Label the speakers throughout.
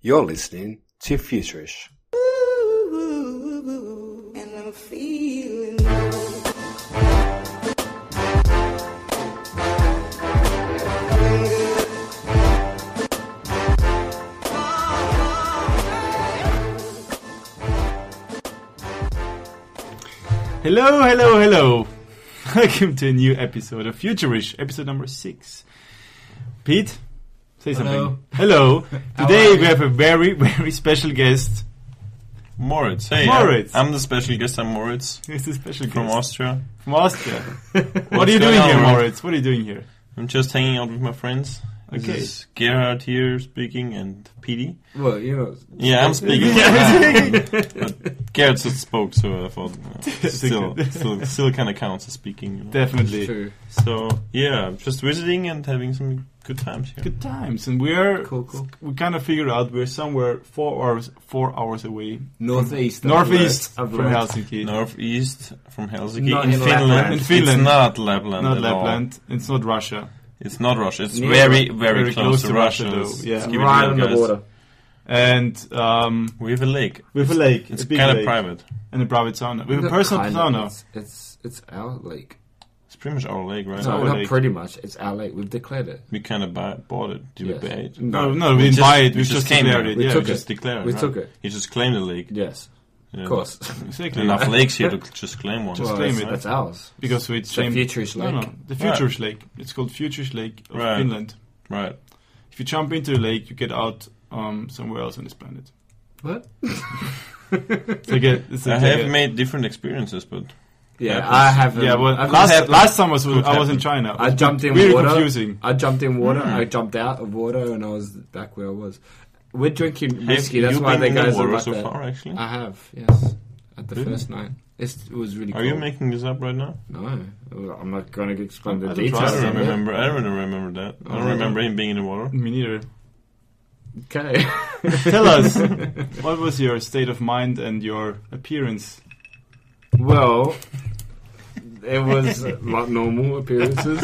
Speaker 1: You're listening to Futurish.
Speaker 2: and I'm feeling low.
Speaker 3: Hello, hello, hello. Welcome to a new episode of Futurish, episode number six. Pete, say something. Hello. Today
Speaker 4: are
Speaker 3: we
Speaker 4: you?
Speaker 3: have a very, very special guest.
Speaker 4: Moritz. Hey,
Speaker 3: Moritz.
Speaker 4: I'm, I'm the special guest. I'm Moritz
Speaker 3: It's a special
Speaker 4: from
Speaker 3: guest
Speaker 4: Austria.
Speaker 3: from Austria. what
Speaker 4: What's
Speaker 3: are you doing
Speaker 4: going on,
Speaker 3: here,
Speaker 4: man?
Speaker 3: Moritz? What are you doing here?
Speaker 4: I'm just hanging out with my friends.
Speaker 3: Okay.
Speaker 4: This is Gerhard here speaking and Petey.
Speaker 5: Well, you know,
Speaker 4: Yeah, I'm speaking.
Speaker 3: Yeah,
Speaker 4: But Gerhard just spoke, so I thought uh, still, still, still kind of counts as speaking. You know?
Speaker 3: Definitely.
Speaker 5: it's true.
Speaker 4: So yeah, I'm just visiting and having some good times here.
Speaker 3: Good times, and we're
Speaker 5: Cool, cool.
Speaker 3: we kind of figured out we're somewhere four hours four hours away,
Speaker 5: Northeast. I've
Speaker 3: northeast
Speaker 5: learned. I've
Speaker 3: from
Speaker 5: learned.
Speaker 3: Helsinki,
Speaker 4: Northeast from Helsinki
Speaker 5: Not
Speaker 4: in,
Speaker 5: in
Speaker 4: Finland.
Speaker 5: Lapland.
Speaker 3: In Finland.
Speaker 4: It's not Lapland.
Speaker 3: not
Speaker 4: at
Speaker 3: Lapland. It's not Russia.
Speaker 4: All. It's not Russia. It's
Speaker 5: Near-
Speaker 4: very, very, close, to Russia.
Speaker 3: though,
Speaker 4: Let's-
Speaker 3: yeah.
Speaker 4: let's give it
Speaker 5: Right
Speaker 4: real,
Speaker 5: on the
Speaker 4: guys.
Speaker 5: border.
Speaker 3: And um,
Speaker 4: We have a lake.
Speaker 3: we have a lake.
Speaker 4: It's
Speaker 3: a big
Speaker 4: kind of
Speaker 3: lake.
Speaker 4: private.
Speaker 3: and a private sauna. We have a
Speaker 5: Not
Speaker 3: personal
Speaker 5: kind of,
Speaker 3: sauna.
Speaker 5: It's, it's it's our lake.
Speaker 4: It's pretty much our lake, right?
Speaker 5: No,
Speaker 3: our
Speaker 5: not
Speaker 3: lake.
Speaker 5: pretty much. It's our lake. We've declared it.
Speaker 4: We kind of buy, bought it. Did
Speaker 5: Yes.
Speaker 4: we buy it? Oh,
Speaker 3: No, no, we,
Speaker 4: We
Speaker 3: didn't
Speaker 4: just-
Speaker 3: buy it.
Speaker 4: we
Speaker 3: We,
Speaker 4: just
Speaker 3: just
Speaker 4: came
Speaker 3: declared
Speaker 4: here.
Speaker 3: it.
Speaker 5: We
Speaker 3: yeah,
Speaker 5: took
Speaker 3: we
Speaker 5: it.
Speaker 3: just
Speaker 4: Just declare it.
Speaker 5: We
Speaker 4: right?
Speaker 5: took it.
Speaker 4: You just claim the lake.
Speaker 5: Yes,
Speaker 4: Yeah.
Speaker 5: of course.
Speaker 3: exactly
Speaker 4: Enough lakes here to just claim one.
Speaker 5: well,
Speaker 3: claim
Speaker 5: it's,
Speaker 3: it.
Speaker 5: It's ours.
Speaker 3: because we
Speaker 5: It's a
Speaker 3: changed.
Speaker 5: futures
Speaker 3: No,
Speaker 5: lake.
Speaker 3: no, the Futures Lake. It's called Futures Lake of
Speaker 4: Right.
Speaker 3: Finland.
Speaker 4: Right.
Speaker 3: If you jump into the lake, you get out um, somewhere else on this planet.
Speaker 5: What?
Speaker 3: It's like a, it's
Speaker 4: I
Speaker 3: like
Speaker 4: have
Speaker 3: a-
Speaker 4: made different experiences, but
Speaker 5: Yeah,
Speaker 4: Happens.
Speaker 5: I haven't.
Speaker 3: Yeah, well,
Speaker 5: I've
Speaker 3: last
Speaker 5: just-
Speaker 3: last time I was I was
Speaker 4: happen.
Speaker 3: in China.
Speaker 5: I jumped in
Speaker 3: really
Speaker 5: water.
Speaker 3: confusing.
Speaker 5: I jumped in water. I jumped out of water, and I was back where I was. We're drinking whiskey.
Speaker 4: have
Speaker 5: That's
Speaker 4: you
Speaker 5: why
Speaker 4: been
Speaker 5: the
Speaker 4: in the
Speaker 5: guys are
Speaker 4: water
Speaker 5: like
Speaker 4: so
Speaker 5: that. Ah,
Speaker 4: far? Actually,
Speaker 5: I have. Yes, at the
Speaker 4: Really?
Speaker 5: first night. It's, it was really.
Speaker 4: are
Speaker 5: cold.
Speaker 4: you making this up right now?
Speaker 5: No, I'm not going to explain the
Speaker 3: I don't try
Speaker 4: I
Speaker 5: details.
Speaker 3: to
Speaker 4: don't
Speaker 5: of it.
Speaker 4: remember. I don't remember that. I don't
Speaker 5: Oh.
Speaker 4: remember him being in the water.
Speaker 3: Me neither.
Speaker 5: Okay.
Speaker 3: Tell us what was your state of mind and your appearance.
Speaker 5: Well, it was like normal appearances.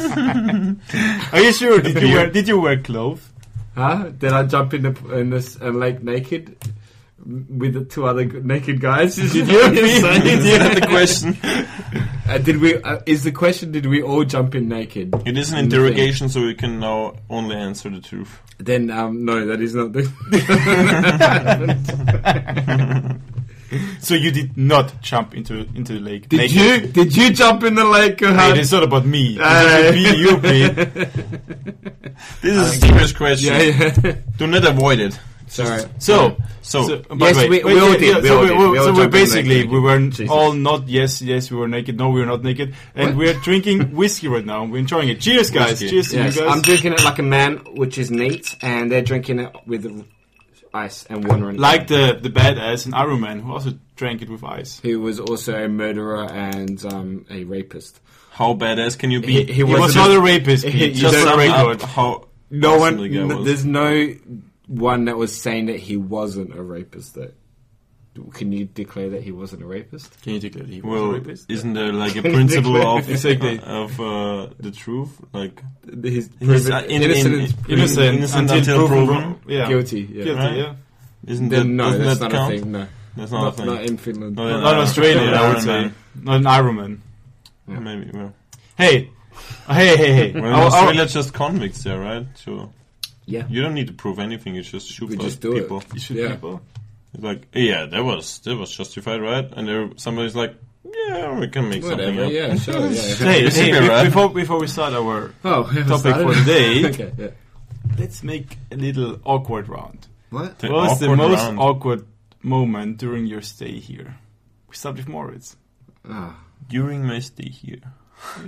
Speaker 3: Are you sure? Did you wear Did you wear clothes?
Speaker 5: huh? Did I jump in the in this uh, lake naked with the two other g- naked guys? Did you?
Speaker 4: Is that the question?
Speaker 5: Uh, did we? Uh, is the question? Did we all jump in naked?
Speaker 4: It is
Speaker 5: In the
Speaker 4: an interrogation, so we can now only answer the truth.
Speaker 5: Then um, no, that is not the.
Speaker 3: So you did not jump into into the lake.
Speaker 5: Did
Speaker 3: naked.
Speaker 5: you? Did you jump in the lake?
Speaker 3: Hey,
Speaker 5: Gerhard?
Speaker 3: it's not about me.
Speaker 5: Uh,
Speaker 3: It's about you, Pete.
Speaker 4: This is a serious question.
Speaker 5: yeah, yeah.
Speaker 4: Do not avoid it. It's just-
Speaker 5: Sorry.
Speaker 3: So,
Speaker 4: So,
Speaker 3: so by
Speaker 5: Yes,
Speaker 3: the way-
Speaker 5: we-
Speaker 3: wait,
Speaker 5: we all
Speaker 3: yeah,
Speaker 5: did,
Speaker 3: yeah,
Speaker 5: we
Speaker 3: so
Speaker 5: all
Speaker 3: we-
Speaker 5: did,
Speaker 3: we-
Speaker 5: we all
Speaker 3: so
Speaker 5: jumped
Speaker 3: we're
Speaker 5: in the lake
Speaker 3: basically
Speaker 5: naked.
Speaker 3: we were
Speaker 5: Jesus.
Speaker 3: all not yes, yes, we were naked. No, we were not naked, and we're drinking whiskey right now. We're enjoying it. Cheers, guys!
Speaker 4: Whiskey.
Speaker 3: Cheers, to
Speaker 5: Yes,
Speaker 3: you guys.
Speaker 5: I'm drinking it like a man, which is neat, and they're drinking it with ice and water. And
Speaker 3: like the the badass in Iron Man who also drank it with ice.
Speaker 5: who was also a murderer and um, a rapist.
Speaker 4: How badass can you be?
Speaker 5: He- he
Speaker 3: He was
Speaker 5: Wasn't
Speaker 3: not
Speaker 5: it-
Speaker 3: a rapist.
Speaker 5: he-
Speaker 3: Pete.
Speaker 5: you
Speaker 3: Just
Speaker 5: don't
Speaker 3: a
Speaker 4: sum up
Speaker 3: record.
Speaker 4: how
Speaker 5: No one,
Speaker 4: awesome the guy
Speaker 5: n-
Speaker 4: was.
Speaker 5: there's no one that was saying that he wasn't a rapist. Though, can you declare that he wasn't a rapist?
Speaker 3: Can you declare he was a
Speaker 4: Well,
Speaker 3: rapist?
Speaker 4: isn't there like a principle of
Speaker 3: Exactly.
Speaker 4: of uh, the truth? Like
Speaker 5: He's
Speaker 4: he's,
Speaker 5: proven
Speaker 4: uh, in-
Speaker 5: innocent.
Speaker 4: in-
Speaker 5: is
Speaker 4: in-
Speaker 3: Innocent,
Speaker 4: innocent
Speaker 3: until,
Speaker 4: until
Speaker 3: proven,
Speaker 4: proven
Speaker 3: wrong. Yeah.
Speaker 5: Guilty, yeah.
Speaker 3: Guilty.
Speaker 4: Right?
Speaker 3: Yeah.
Speaker 4: isn't that
Speaker 5: then, no,
Speaker 4: doesn't
Speaker 5: that's
Speaker 4: that
Speaker 5: not a
Speaker 4: count?
Speaker 5: thing. No,
Speaker 4: That's not,
Speaker 5: not,
Speaker 4: a thing.
Speaker 5: not in Finland.
Speaker 4: Not in
Speaker 3: Not
Speaker 4: Iron-
Speaker 3: Australian,
Speaker 4: not
Speaker 3: I
Speaker 4: in
Speaker 3: would say.
Speaker 4: Iron
Speaker 3: Not an Iron Man.
Speaker 4: Man. Maybe. Well,
Speaker 3: Hey, Oh, hey, hey, hey!
Speaker 4: well in
Speaker 3: Our- our-
Speaker 4: Australia, it's just convicts there, right? So
Speaker 5: Yeah.
Speaker 4: you don't need to prove anything. You just shoot
Speaker 5: We
Speaker 4: those
Speaker 5: just do it.
Speaker 4: people.
Speaker 3: You should
Speaker 5: Yeah.
Speaker 3: people.
Speaker 4: It's like, yeah, that was that was justified, right? And there, somebody's like, yeah, we can make something
Speaker 5: Whatever.
Speaker 4: up.
Speaker 5: Yeah, sure. Yeah.
Speaker 3: Hey,
Speaker 4: It's
Speaker 3: hey
Speaker 4: okay,
Speaker 3: be-
Speaker 4: right?
Speaker 3: before, before we start our,
Speaker 5: Oh, we haven't
Speaker 3: Topic
Speaker 5: started?
Speaker 3: for today.
Speaker 5: okay. Yeah.
Speaker 3: let's make a little awkward round.
Speaker 5: What?
Speaker 4: The
Speaker 3: what was the
Speaker 4: awkward
Speaker 3: most
Speaker 4: round.
Speaker 3: awkward moment during your stay here? We start with Moritz.
Speaker 5: Ah.
Speaker 4: during my stay here?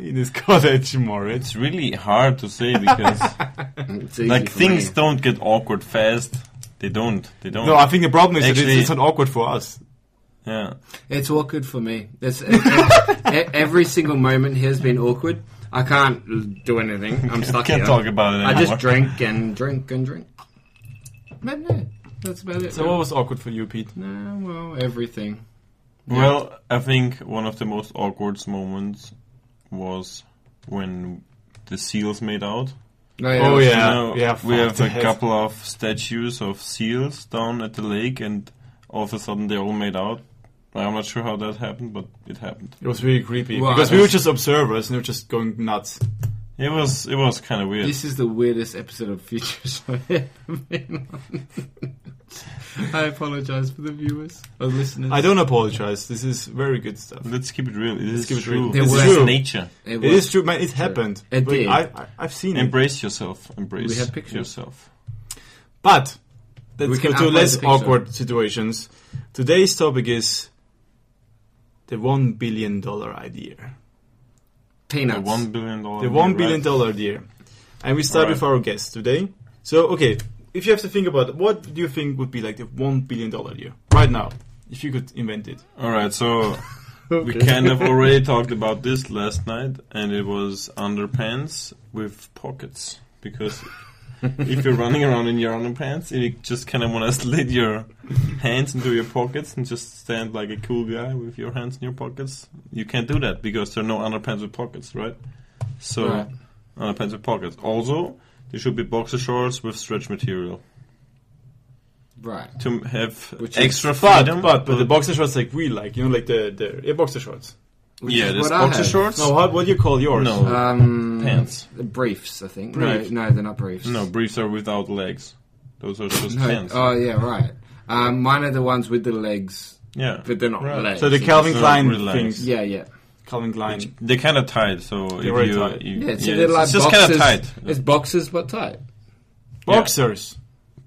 Speaker 3: In his cottage, Moritz.
Speaker 4: It's really hard to say because
Speaker 5: It's easy
Speaker 4: like
Speaker 5: for
Speaker 4: things
Speaker 5: me.
Speaker 4: don't get awkward fast. They don't. They don't.
Speaker 3: No, I think the problem is that
Speaker 4: Actually-
Speaker 3: it's, it's not awkward for us.
Speaker 4: yeah.
Speaker 5: It's awkward for me. It's, e- every single moment here has been awkward. I can't do anything. I'm stuck
Speaker 4: Can't
Speaker 5: here.
Speaker 4: talk about it
Speaker 5: I
Speaker 4: anymore.
Speaker 5: just drink and drink and drink. But no, that's about it.
Speaker 3: So what was awkward for you, Pete?
Speaker 5: No, well, everything.
Speaker 4: Well, I think one of the most awkward moments was when the seals made out
Speaker 3: Oh, yeah.
Speaker 4: Now,
Speaker 3: yeah,
Speaker 4: we
Speaker 3: fuck
Speaker 4: have a
Speaker 3: the head.
Speaker 4: couple of statues of seals down at the lake, and all of a sudden they're all made out. I'm not sure how that happened, but it happened.
Speaker 3: It was really creepy
Speaker 5: Well,
Speaker 3: because
Speaker 5: I
Speaker 3: we were
Speaker 5: was-
Speaker 3: just observers and they were just going nuts.
Speaker 4: It was it was kind of weird.
Speaker 5: This is the weirdest episode of Futures I've ever been on. I apologize for the viewers or listeners.
Speaker 3: I don't apologize. This is very good stuff.
Speaker 4: Let's keep it real. It
Speaker 3: Let's
Speaker 4: is
Speaker 3: keep it real.
Speaker 4: true.
Speaker 3: There
Speaker 4: This
Speaker 5: were-
Speaker 4: is nature.
Speaker 5: It
Speaker 3: It
Speaker 5: was-
Speaker 3: is true, man. It happened.
Speaker 5: It
Speaker 3: Like,
Speaker 5: did.
Speaker 3: I, I, I've seen it.
Speaker 4: Embrace yourself. Embrace
Speaker 5: We have pictures.
Speaker 4: yourself.
Speaker 3: But let's
Speaker 5: We can
Speaker 3: go to
Speaker 5: upload
Speaker 3: less
Speaker 5: the picture.
Speaker 3: awkward situations. Today's topic is the one billion dollar idea.
Speaker 4: The
Speaker 5: peanuts.
Speaker 4: one billion dollar.
Speaker 3: The one billion
Speaker 4: right?
Speaker 3: dollar idea. And we start
Speaker 4: Alright.
Speaker 3: with our guest today. So okay, if you have to think about it, what do you think would be like the one billion dollar idea right now, if you could invent it?
Speaker 4: All right, so we kind of already talked about this last night, and it was underpants with pockets because if you're running around in your underpants, you just kind of want to slid your hands into your pockets and just stand like a cool guy with your hands in your pockets. You can't do that because there are no underpants with pockets, right? So
Speaker 5: Right.
Speaker 4: underpants with pockets. Also, there should be boxer shorts with stretch material
Speaker 5: Right.
Speaker 4: to have
Speaker 5: Which is-
Speaker 4: extra
Speaker 3: But
Speaker 4: freedom.
Speaker 3: but but the boxer shorts like we like, you know, like the the yeah, boxer shorts.
Speaker 5: Which
Speaker 4: yeah,
Speaker 5: is
Speaker 4: there's
Speaker 5: what I
Speaker 4: boxer
Speaker 5: have.
Speaker 4: shorts.
Speaker 3: No, how, what do you call yours?
Speaker 4: No.
Speaker 5: Um,
Speaker 4: Pants.
Speaker 5: Briefs, I think.
Speaker 4: Briefs.
Speaker 5: No, no, they're not briefs.
Speaker 4: No, briefs are without legs. Those are just
Speaker 5: No,
Speaker 4: pants.
Speaker 5: Oh, yeah, right. Um, mine are the ones with the legs,
Speaker 4: yeah.
Speaker 5: but they're not
Speaker 4: Right.
Speaker 5: legs.
Speaker 3: So the
Speaker 5: It's
Speaker 3: Calvin
Speaker 4: not
Speaker 3: Klein
Speaker 4: relaxed.
Speaker 3: things.
Speaker 5: Yeah, yeah.
Speaker 3: Calvin Klein.
Speaker 4: They're kind of tied, so if
Speaker 3: very
Speaker 4: you,
Speaker 3: tight.
Speaker 4: you-
Speaker 5: Yeah, so
Speaker 4: yeah,
Speaker 5: they're
Speaker 4: it's
Speaker 5: like
Speaker 4: just
Speaker 5: boxers.
Speaker 4: kind of tied.
Speaker 5: It's boxes, but tight.
Speaker 3: Boxers.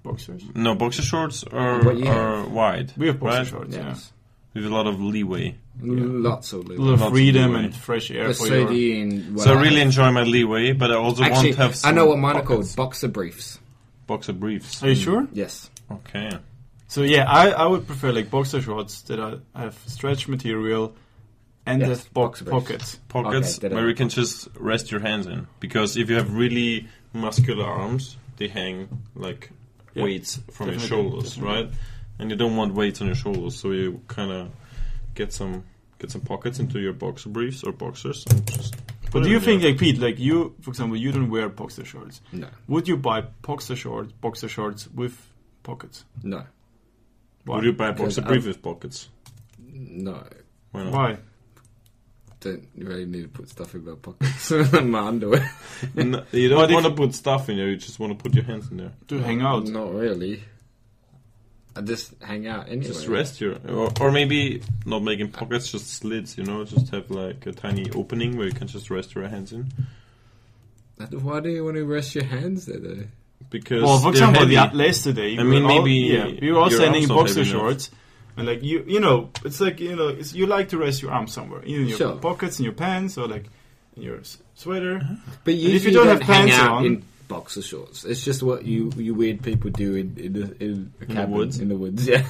Speaker 3: Boxers.
Speaker 4: No, boxer shorts are,
Speaker 5: What you have.
Speaker 4: are wide.
Speaker 3: We have boxer
Speaker 4: right?
Speaker 3: shorts. Yeah.
Speaker 5: Yes.
Speaker 4: With a lot of leeway.
Speaker 5: Lots of
Speaker 3: A
Speaker 5: little.
Speaker 3: little
Speaker 4: Lots of
Speaker 3: freedom
Speaker 4: leeway.
Speaker 3: and fresh air for your.
Speaker 5: Custodian.
Speaker 4: so I really enjoy my leeway, but I also
Speaker 5: Actually,
Speaker 4: want to have some
Speaker 5: I know what mine are
Speaker 4: pockets.
Speaker 5: called. Boxer briefs.
Speaker 4: Boxer briefs.
Speaker 3: Are you sure?
Speaker 5: Yes.
Speaker 4: Okay.
Speaker 3: So yeah, I, I would prefer like boxer shorts that are, have stretch material and
Speaker 5: Yes,
Speaker 3: have box
Speaker 5: boxer briefs.
Speaker 3: pockets.
Speaker 4: Pockets
Speaker 5: Okay, that I-
Speaker 4: where you can just rest your hands in. Because if you have really muscular arms, they hang like
Speaker 3: Yeah.
Speaker 4: weights from your
Speaker 3: Definitely,
Speaker 4: shoulders,
Speaker 3: definitely.
Speaker 4: right? And you don't want weights on your shoulders, so you kind of get some get some pockets into your boxer briefs or boxers and just.
Speaker 3: But
Speaker 4: put
Speaker 3: do
Speaker 4: it
Speaker 3: you
Speaker 4: in
Speaker 3: think
Speaker 4: there.
Speaker 3: like Pete, like you, for example, you don't wear boxer shorts?
Speaker 5: No.
Speaker 3: Would you buy boxer shorts, boxer shorts with pockets?
Speaker 5: No.
Speaker 3: Why?
Speaker 4: Would you buy a boxer
Speaker 5: Because
Speaker 4: brief
Speaker 5: I'm-
Speaker 4: with pockets?
Speaker 5: No.
Speaker 4: Why not?
Speaker 3: Why?
Speaker 5: Don't you really need to put stuff in my pockets. my underwear.
Speaker 4: N- you don't
Speaker 3: But if-
Speaker 4: want to put stuff in there. You just want to put your hands in there.
Speaker 3: To hang out?
Speaker 5: Not really. I just hang out anyway.
Speaker 4: Just rest your, or, or maybe not making pockets, just slits. You know, just have like a tiny opening where you can just rest your hands in.
Speaker 5: Why do you want to rest your hands there, though?
Speaker 4: Because
Speaker 3: Well, for
Speaker 4: they're
Speaker 3: example,
Speaker 4: heavy.
Speaker 3: the last today,
Speaker 4: I
Speaker 3: we
Speaker 4: mean,
Speaker 3: were all-
Speaker 4: maybe
Speaker 3: yeah, we were all
Speaker 4: your
Speaker 3: standing
Speaker 4: arms
Speaker 3: in
Speaker 4: are
Speaker 3: boxer
Speaker 4: heavy enough.
Speaker 3: shorts, and like you, you know, it's like you know, it's, you like to rest your arms somewhere in your
Speaker 5: Sure.
Speaker 3: pockets, in your pants, or like in your s- sweater.
Speaker 4: Uh-huh.
Speaker 5: But
Speaker 3: if you
Speaker 5: usually
Speaker 3: don't
Speaker 5: you don't
Speaker 3: have
Speaker 5: hang
Speaker 3: pants
Speaker 5: out
Speaker 3: on-
Speaker 5: in boxer shorts. It's just what you you weird people do in in, a, in, a cabin,
Speaker 4: woods?
Speaker 5: In the woods, yeah.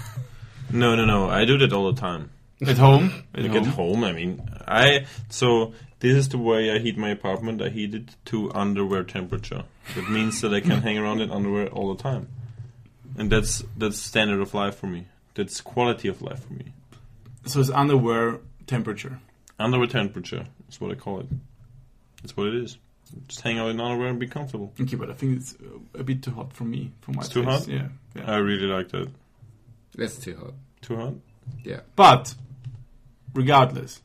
Speaker 4: No, no, no. I do that all the time.
Speaker 3: At home, at
Speaker 4: Like
Speaker 3: home.
Speaker 4: at home, I mean, I so this is the way I heat my apartment. I heat it to underwear temperature. It means that I can hang around in underwear all the time, and that's that's standard of life for me. That's quality of life for me.
Speaker 3: So it's underwear temperature.
Speaker 4: Underwear temperature is what I call it. That's what it is. Just hang out in underwear and be comfortable.
Speaker 3: Okay, but I think it's uh, a bit too hot for me. For my
Speaker 4: It's too
Speaker 3: taste.
Speaker 4: hot?
Speaker 3: Yeah. yeah.
Speaker 4: I really like that.
Speaker 5: That's too hot.
Speaker 4: Too hot?
Speaker 5: Yeah.
Speaker 3: but regardless,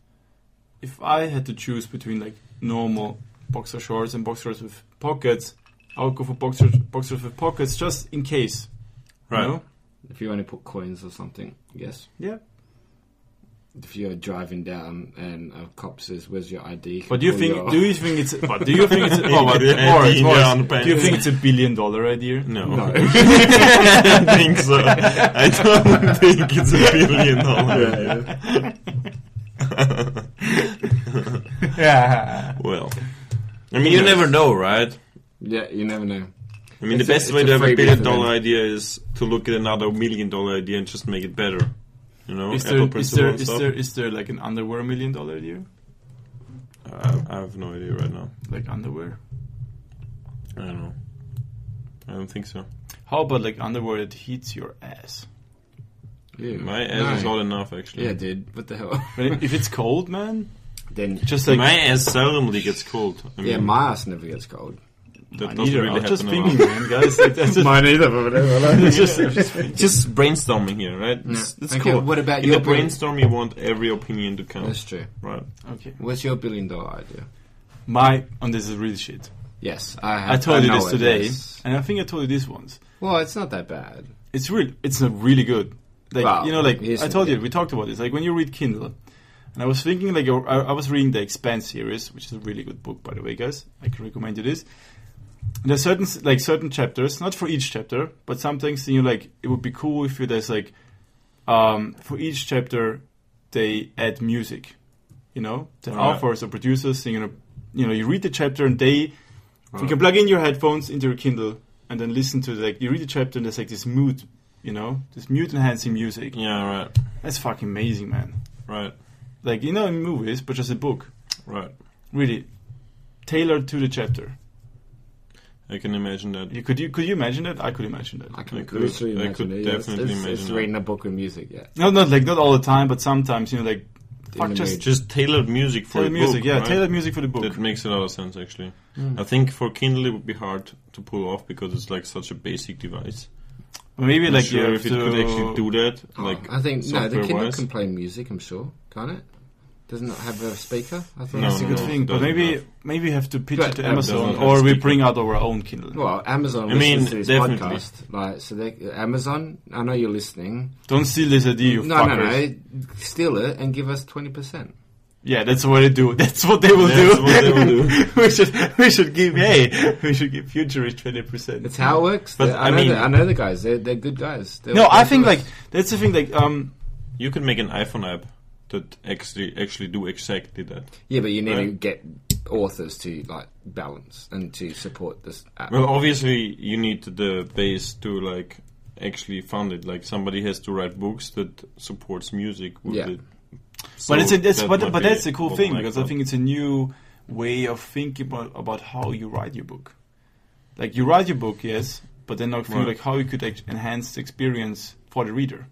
Speaker 3: if I had to choose between like normal boxer shorts and boxer shorts with pockets, I would go for boxer boxers with pockets just in case. you
Speaker 4: Right.
Speaker 3: know?
Speaker 5: If you want to put coins or something, yes.
Speaker 3: Yeah.
Speaker 5: If you're driving down and a cop says, "Where's your ID?"
Speaker 3: But do you
Speaker 5: Or
Speaker 3: think?
Speaker 5: your-
Speaker 3: Do you think it's? But do you think it's? Oh, but
Speaker 4: Yeah,
Speaker 3: more, it's
Speaker 4: in
Speaker 3: more,
Speaker 4: your underpants.
Speaker 3: do you think it's a billion dollar idea?
Speaker 4: No.
Speaker 5: No.
Speaker 4: I don't think so. I don't think it's a billion dollar.
Speaker 5: Yeah,
Speaker 3: Yeah.
Speaker 4: Well, I mean, you never know, right?
Speaker 5: yeah, you never know.
Speaker 4: I mean,
Speaker 5: It's
Speaker 4: the
Speaker 5: a-
Speaker 4: best
Speaker 5: it's
Speaker 4: way
Speaker 5: a
Speaker 4: to have a
Speaker 5: freebie
Speaker 4: billion
Speaker 5: for them.
Speaker 4: dollar idea is to look at another million dollar idea and just make it better. You know,
Speaker 3: Is
Speaker 4: Apple
Speaker 3: there, is
Speaker 4: principle
Speaker 3: there,
Speaker 4: and
Speaker 3: is
Speaker 4: stuff.
Speaker 3: there, is there like an underwear million dollar idea?
Speaker 4: I, I have no idea right now.
Speaker 3: Like underwear?
Speaker 4: I don't know. I don't think so.
Speaker 3: How about like underwear that heats your ass?
Speaker 5: Ew.
Speaker 4: My ass
Speaker 5: No.
Speaker 4: is hot enough, actually.
Speaker 5: Yeah, dude. What the hell?
Speaker 3: When it- if it's cold, man,
Speaker 5: then
Speaker 3: just like
Speaker 4: my ass seldomly gets cold. I mean,
Speaker 5: yeah, my ass never gets cold.
Speaker 4: That
Speaker 3: Mine
Speaker 4: doesn't
Speaker 3: either.
Speaker 4: really
Speaker 3: I was just
Speaker 4: happen a
Speaker 3: thinking,
Speaker 4: lot.
Speaker 3: man, guys. Like, that's just,
Speaker 5: Mine either, but whatever.
Speaker 4: It's just, just brainstorming here, right?
Speaker 5: No.
Speaker 4: It's, it's
Speaker 5: Okay,
Speaker 4: cool.
Speaker 5: what about
Speaker 4: In
Speaker 5: your
Speaker 4: a
Speaker 5: brain-
Speaker 4: brainstorm, you want every opinion to count,
Speaker 5: That's true.
Speaker 4: right?
Speaker 3: okay.
Speaker 5: What's your billion dollar idea?
Speaker 3: My, and this is really shit.
Speaker 5: Yes, I have.
Speaker 3: I told you
Speaker 5: know
Speaker 3: this
Speaker 5: it,
Speaker 3: today,
Speaker 5: yes.
Speaker 3: and I think I told you this once.
Speaker 5: Well, it's not that bad.
Speaker 3: It's real. It's not really good. Like
Speaker 5: Wow.
Speaker 3: you know, like
Speaker 5: Yes,
Speaker 3: I told you,
Speaker 5: okay.
Speaker 3: we talked about this. Like when you read Kindle, and I was thinking, like I, I was reading the Expanse series, which is a really good book, by the way, guys. I can recommend you this. There are certain like certain chapters, not for each chapter, but some things. You know, like it would be cool if you there's like um, for each chapter they add music. You know, the
Speaker 4: Right.
Speaker 3: authors or producers, you know, you know, you read the chapter and they you
Speaker 4: Right.
Speaker 3: can plug in your headphones into your Kindle and then listen to like you read the chapter and there's like this mood, you know, this mood enhancing music.
Speaker 4: Yeah, right,
Speaker 3: That's fucking amazing, man.
Speaker 4: right,
Speaker 3: Like you know in movies, but just a book,
Speaker 4: right.
Speaker 3: really tailored to the chapter.
Speaker 4: I can imagine that.
Speaker 3: You could you could you imagine that? I could imagine that.
Speaker 5: I can
Speaker 4: I could-
Speaker 5: literally
Speaker 4: I
Speaker 5: imagine
Speaker 4: could
Speaker 5: it. yes.
Speaker 4: definitely
Speaker 5: it's,
Speaker 4: imagine
Speaker 5: it's
Speaker 4: that.
Speaker 5: reading a book with music. Yeah,
Speaker 3: No, not like not all the time, but sometimes you know like
Speaker 5: In
Speaker 3: Fuck,
Speaker 5: the
Speaker 3: just-
Speaker 5: mood.
Speaker 4: Just tailored music for a
Speaker 3: tailored music.
Speaker 4: book,
Speaker 3: yeah,
Speaker 4: right?
Speaker 3: tailored music for the book. Hmm.
Speaker 4: That makes a lot of sense, actually.
Speaker 5: Mm.
Speaker 4: I think for Kindle it would be hard to pull off because it's like such a basic device.
Speaker 3: Or maybe
Speaker 4: I'm
Speaker 3: like
Speaker 4: sure
Speaker 3: you
Speaker 4: if
Speaker 3: have
Speaker 4: it
Speaker 3: to Oh,
Speaker 4: could actually do that, like
Speaker 5: I think no, the Kindle
Speaker 4: software-wise.
Speaker 5: can play music. I'm sure, can it? Doesn't it have a speaker? I thought
Speaker 4: No,
Speaker 3: That's a good
Speaker 4: no,
Speaker 3: thing, but
Speaker 4: doesn't
Speaker 3: maybe
Speaker 4: have.
Speaker 3: maybe we have to pitch
Speaker 5: But
Speaker 3: it to
Speaker 5: that doesn't
Speaker 3: Amazon,
Speaker 4: have
Speaker 3: or we
Speaker 4: sticker.
Speaker 3: bring out our own Kindle.
Speaker 5: Well, Amazon
Speaker 4: I
Speaker 5: listens
Speaker 4: mean,
Speaker 5: to this
Speaker 4: definitely.
Speaker 5: podcast. Like, so they, Amazon, I know you're listening.
Speaker 3: Don't steal this idea, you
Speaker 5: no,
Speaker 3: fuckers.
Speaker 5: no, no. Steal it and give us 20%.
Speaker 3: Yeah, that's what they do. That's what they will
Speaker 4: That's
Speaker 3: do.
Speaker 4: what they will do.
Speaker 3: we should we should give hey we should give Futurist twenty percent.
Speaker 5: That's how it works.
Speaker 4: But,
Speaker 5: They- I,
Speaker 4: I
Speaker 5: know
Speaker 4: mean-
Speaker 5: the, I know the guys. They're, they're good guys. They're
Speaker 3: No,
Speaker 5: all
Speaker 3: I
Speaker 5: friends
Speaker 3: think
Speaker 5: of us.
Speaker 3: like that's the thing. Like um,
Speaker 4: You could make an iPhone app that actually actually do exactly that.
Speaker 5: Yeah, but you need to
Speaker 4: Right.
Speaker 5: get authors to, like, balance and to support this app.
Speaker 4: Well, obviously you need the base to like actually fund it. Like somebody has to write books that supports music with
Speaker 5: Yeah.
Speaker 4: it. So
Speaker 3: but it's a, that's
Speaker 4: that
Speaker 3: but
Speaker 4: might
Speaker 3: but
Speaker 4: be
Speaker 3: that's a cool
Speaker 4: what
Speaker 3: thing
Speaker 4: might
Speaker 3: because I
Speaker 4: help.
Speaker 3: think it's a new way of thinking about about how you write your book. Like you write your book, yes, but then I think
Speaker 4: Right.
Speaker 3: like how you could ex- enhance the experience for the reader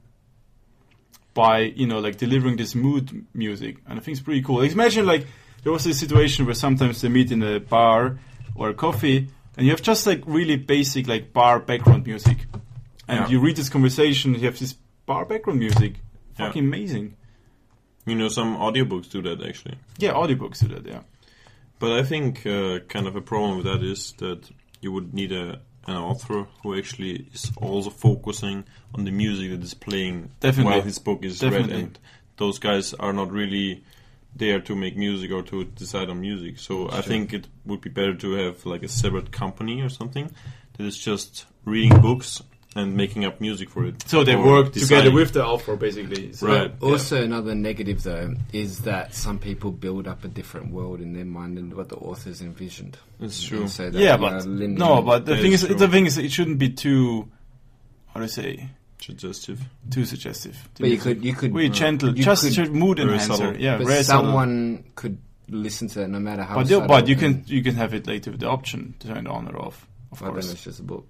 Speaker 3: by you know like delivering this mood music, and I think it's pretty cool. Like, imagine like there was a situation where sometimes they meet in a bar or a coffee, and you have just like really basic like bar background music, and
Speaker 4: Yeah.
Speaker 3: you read this conversation, you have this bar background music,
Speaker 4: Yeah.
Speaker 3: fucking amazing.
Speaker 4: you know some audiobooks do that actually.
Speaker 3: Yeah, audiobooks do that. Yeah,
Speaker 4: But I think uh, kind of a problem with that is that you would need a an author who actually is also focusing on the music that is playing
Speaker 3: Definitely.
Speaker 4: while his book is
Speaker 3: Definitely.
Speaker 4: read, and those guys are not really there to make music or to decide on music. So I think it would be better to have like a separate company or something that is just reading books and making up music for it.
Speaker 3: so they
Speaker 4: Or
Speaker 3: work together
Speaker 4: designing.
Speaker 3: with the author basically. So-
Speaker 4: Right.
Speaker 5: Also, another negative, though, is that some people build up a different world in their mind and what the authors envisioned.
Speaker 4: It's
Speaker 5: And
Speaker 4: true.
Speaker 5: so that
Speaker 3: Yeah,
Speaker 5: we are
Speaker 3: but
Speaker 5: limited.
Speaker 3: no, but the
Speaker 4: That
Speaker 3: thing
Speaker 4: is
Speaker 3: is,
Speaker 4: true.
Speaker 3: the thing is, it shouldn't be too. How do I say?
Speaker 4: Suggestive.
Speaker 3: Too suggestive.
Speaker 5: But you could, you could, uh,
Speaker 3: We gentle,
Speaker 5: you
Speaker 3: just
Speaker 5: could-
Speaker 3: to mood
Speaker 4: very
Speaker 3: enhancer.
Speaker 4: subtle.
Speaker 3: Yeah,
Speaker 5: but
Speaker 3: very subtle.
Speaker 5: someone could listen to it no matter how.
Speaker 3: But, the-
Speaker 5: subtle
Speaker 3: but you
Speaker 5: and-
Speaker 3: can you can have it later with the option to turn it on or off. Of
Speaker 5: Well, then
Speaker 3: course,
Speaker 5: it's just a book.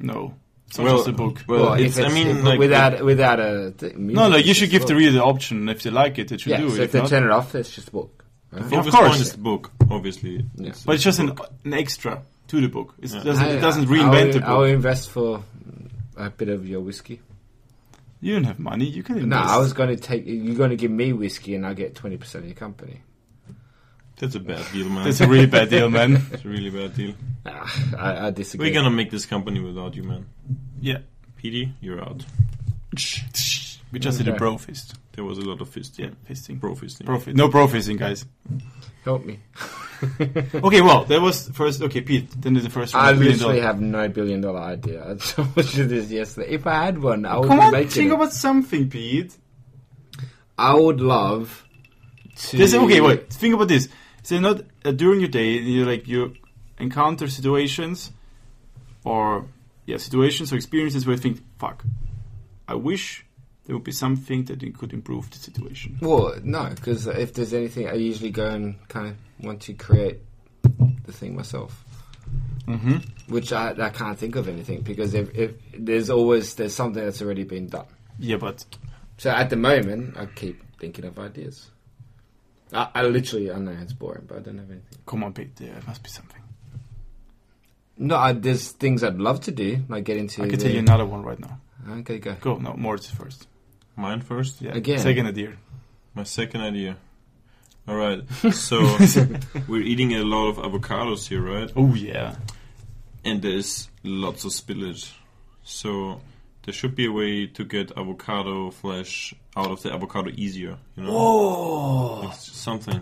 Speaker 3: no. It's not
Speaker 4: Well,
Speaker 3: just a book.
Speaker 4: Well,
Speaker 5: if
Speaker 4: it's- I mean,
Speaker 5: if-
Speaker 4: like,
Speaker 5: without without a th- music,
Speaker 3: no, no.
Speaker 5: it's
Speaker 3: You should
Speaker 5: just
Speaker 3: give
Speaker 5: a
Speaker 3: the
Speaker 5: book.
Speaker 3: reader the option. If they like it, they should
Speaker 5: Yeah,
Speaker 3: do
Speaker 5: so
Speaker 3: it.
Speaker 5: if
Speaker 3: If
Speaker 5: they
Speaker 3: not,
Speaker 5: turn it off, it's just a book. right?
Speaker 4: The
Speaker 3: Yeah, of
Speaker 4: focus
Speaker 3: course.
Speaker 4: point is the book, obviously.
Speaker 5: Yeah.
Speaker 4: It's-
Speaker 3: but it's just an, an extra to the book. It's,
Speaker 4: Yeah.
Speaker 3: doesn't,
Speaker 5: I-
Speaker 3: it doesn't
Speaker 5: I'll-
Speaker 3: reinvent the
Speaker 5: I'll
Speaker 3: book.
Speaker 5: invest for a bit of your whiskey.
Speaker 3: You don't have money. You can invest.
Speaker 5: No, I was going to take. You're going to give me whiskey, and I get twenty percent of your company.
Speaker 4: That's a bad deal, man.
Speaker 3: That's a really bad deal, man.
Speaker 4: It's a really bad deal.
Speaker 5: Ah, I, I disagree.
Speaker 4: We're gonna make this company without you, man.
Speaker 3: Yeah.
Speaker 4: PD, you're out.
Speaker 3: We just did a
Speaker 5: Okay.
Speaker 3: bro fist.
Speaker 4: There was a lot of fisting.
Speaker 3: Yeah, fisting.
Speaker 4: Pro fisting.
Speaker 3: Bro fi- no bro fisting, guys.
Speaker 5: help me.
Speaker 3: Okay, well, that was first. Okay, Pete. Then the first
Speaker 5: I
Speaker 3: round. Billion
Speaker 5: literally
Speaker 3: dollar-
Speaker 5: have no billion dollar idea. I told you this yesterday. If I had one, I would
Speaker 3: Come
Speaker 5: be
Speaker 3: on,
Speaker 5: making
Speaker 3: think
Speaker 5: it.
Speaker 3: about something, Pete.
Speaker 5: I would love to.
Speaker 3: This, okay, wait. Think about this. So not uh, during your day, you like you encounter situations, or yeah, situations or experiences where you think, "Fuck, I wish there would be something that it could improve the situation."
Speaker 5: Well, no, because if there's anything, I usually go and kind of want to create the thing myself,
Speaker 3: Mm-hmm.
Speaker 5: which I, I can't think of anything because if, if there's always there's something that's already been done.
Speaker 3: Yeah, but
Speaker 5: So at the moment, I keep thinking of ideas. I, I literally, I know it's boring, but I don't have anything.
Speaker 3: come on, Pete. There must be something.
Speaker 5: No, I, there's things I'd love to do, like get into.
Speaker 3: I can
Speaker 5: the-
Speaker 3: tell you another one right now.
Speaker 5: Okay, go.
Speaker 3: Go, no, Moritz first.
Speaker 4: Mine first.
Speaker 3: Yeah,
Speaker 5: Again.
Speaker 3: second idea.
Speaker 4: My second idea. All right. So we're eating a lot of avocados here, right?
Speaker 3: Oh yeah,
Speaker 4: And there's lots of spillage. So there should be a way to get avocado flesh out of the avocado easier. You know.
Speaker 3: Oh,
Speaker 4: It's something.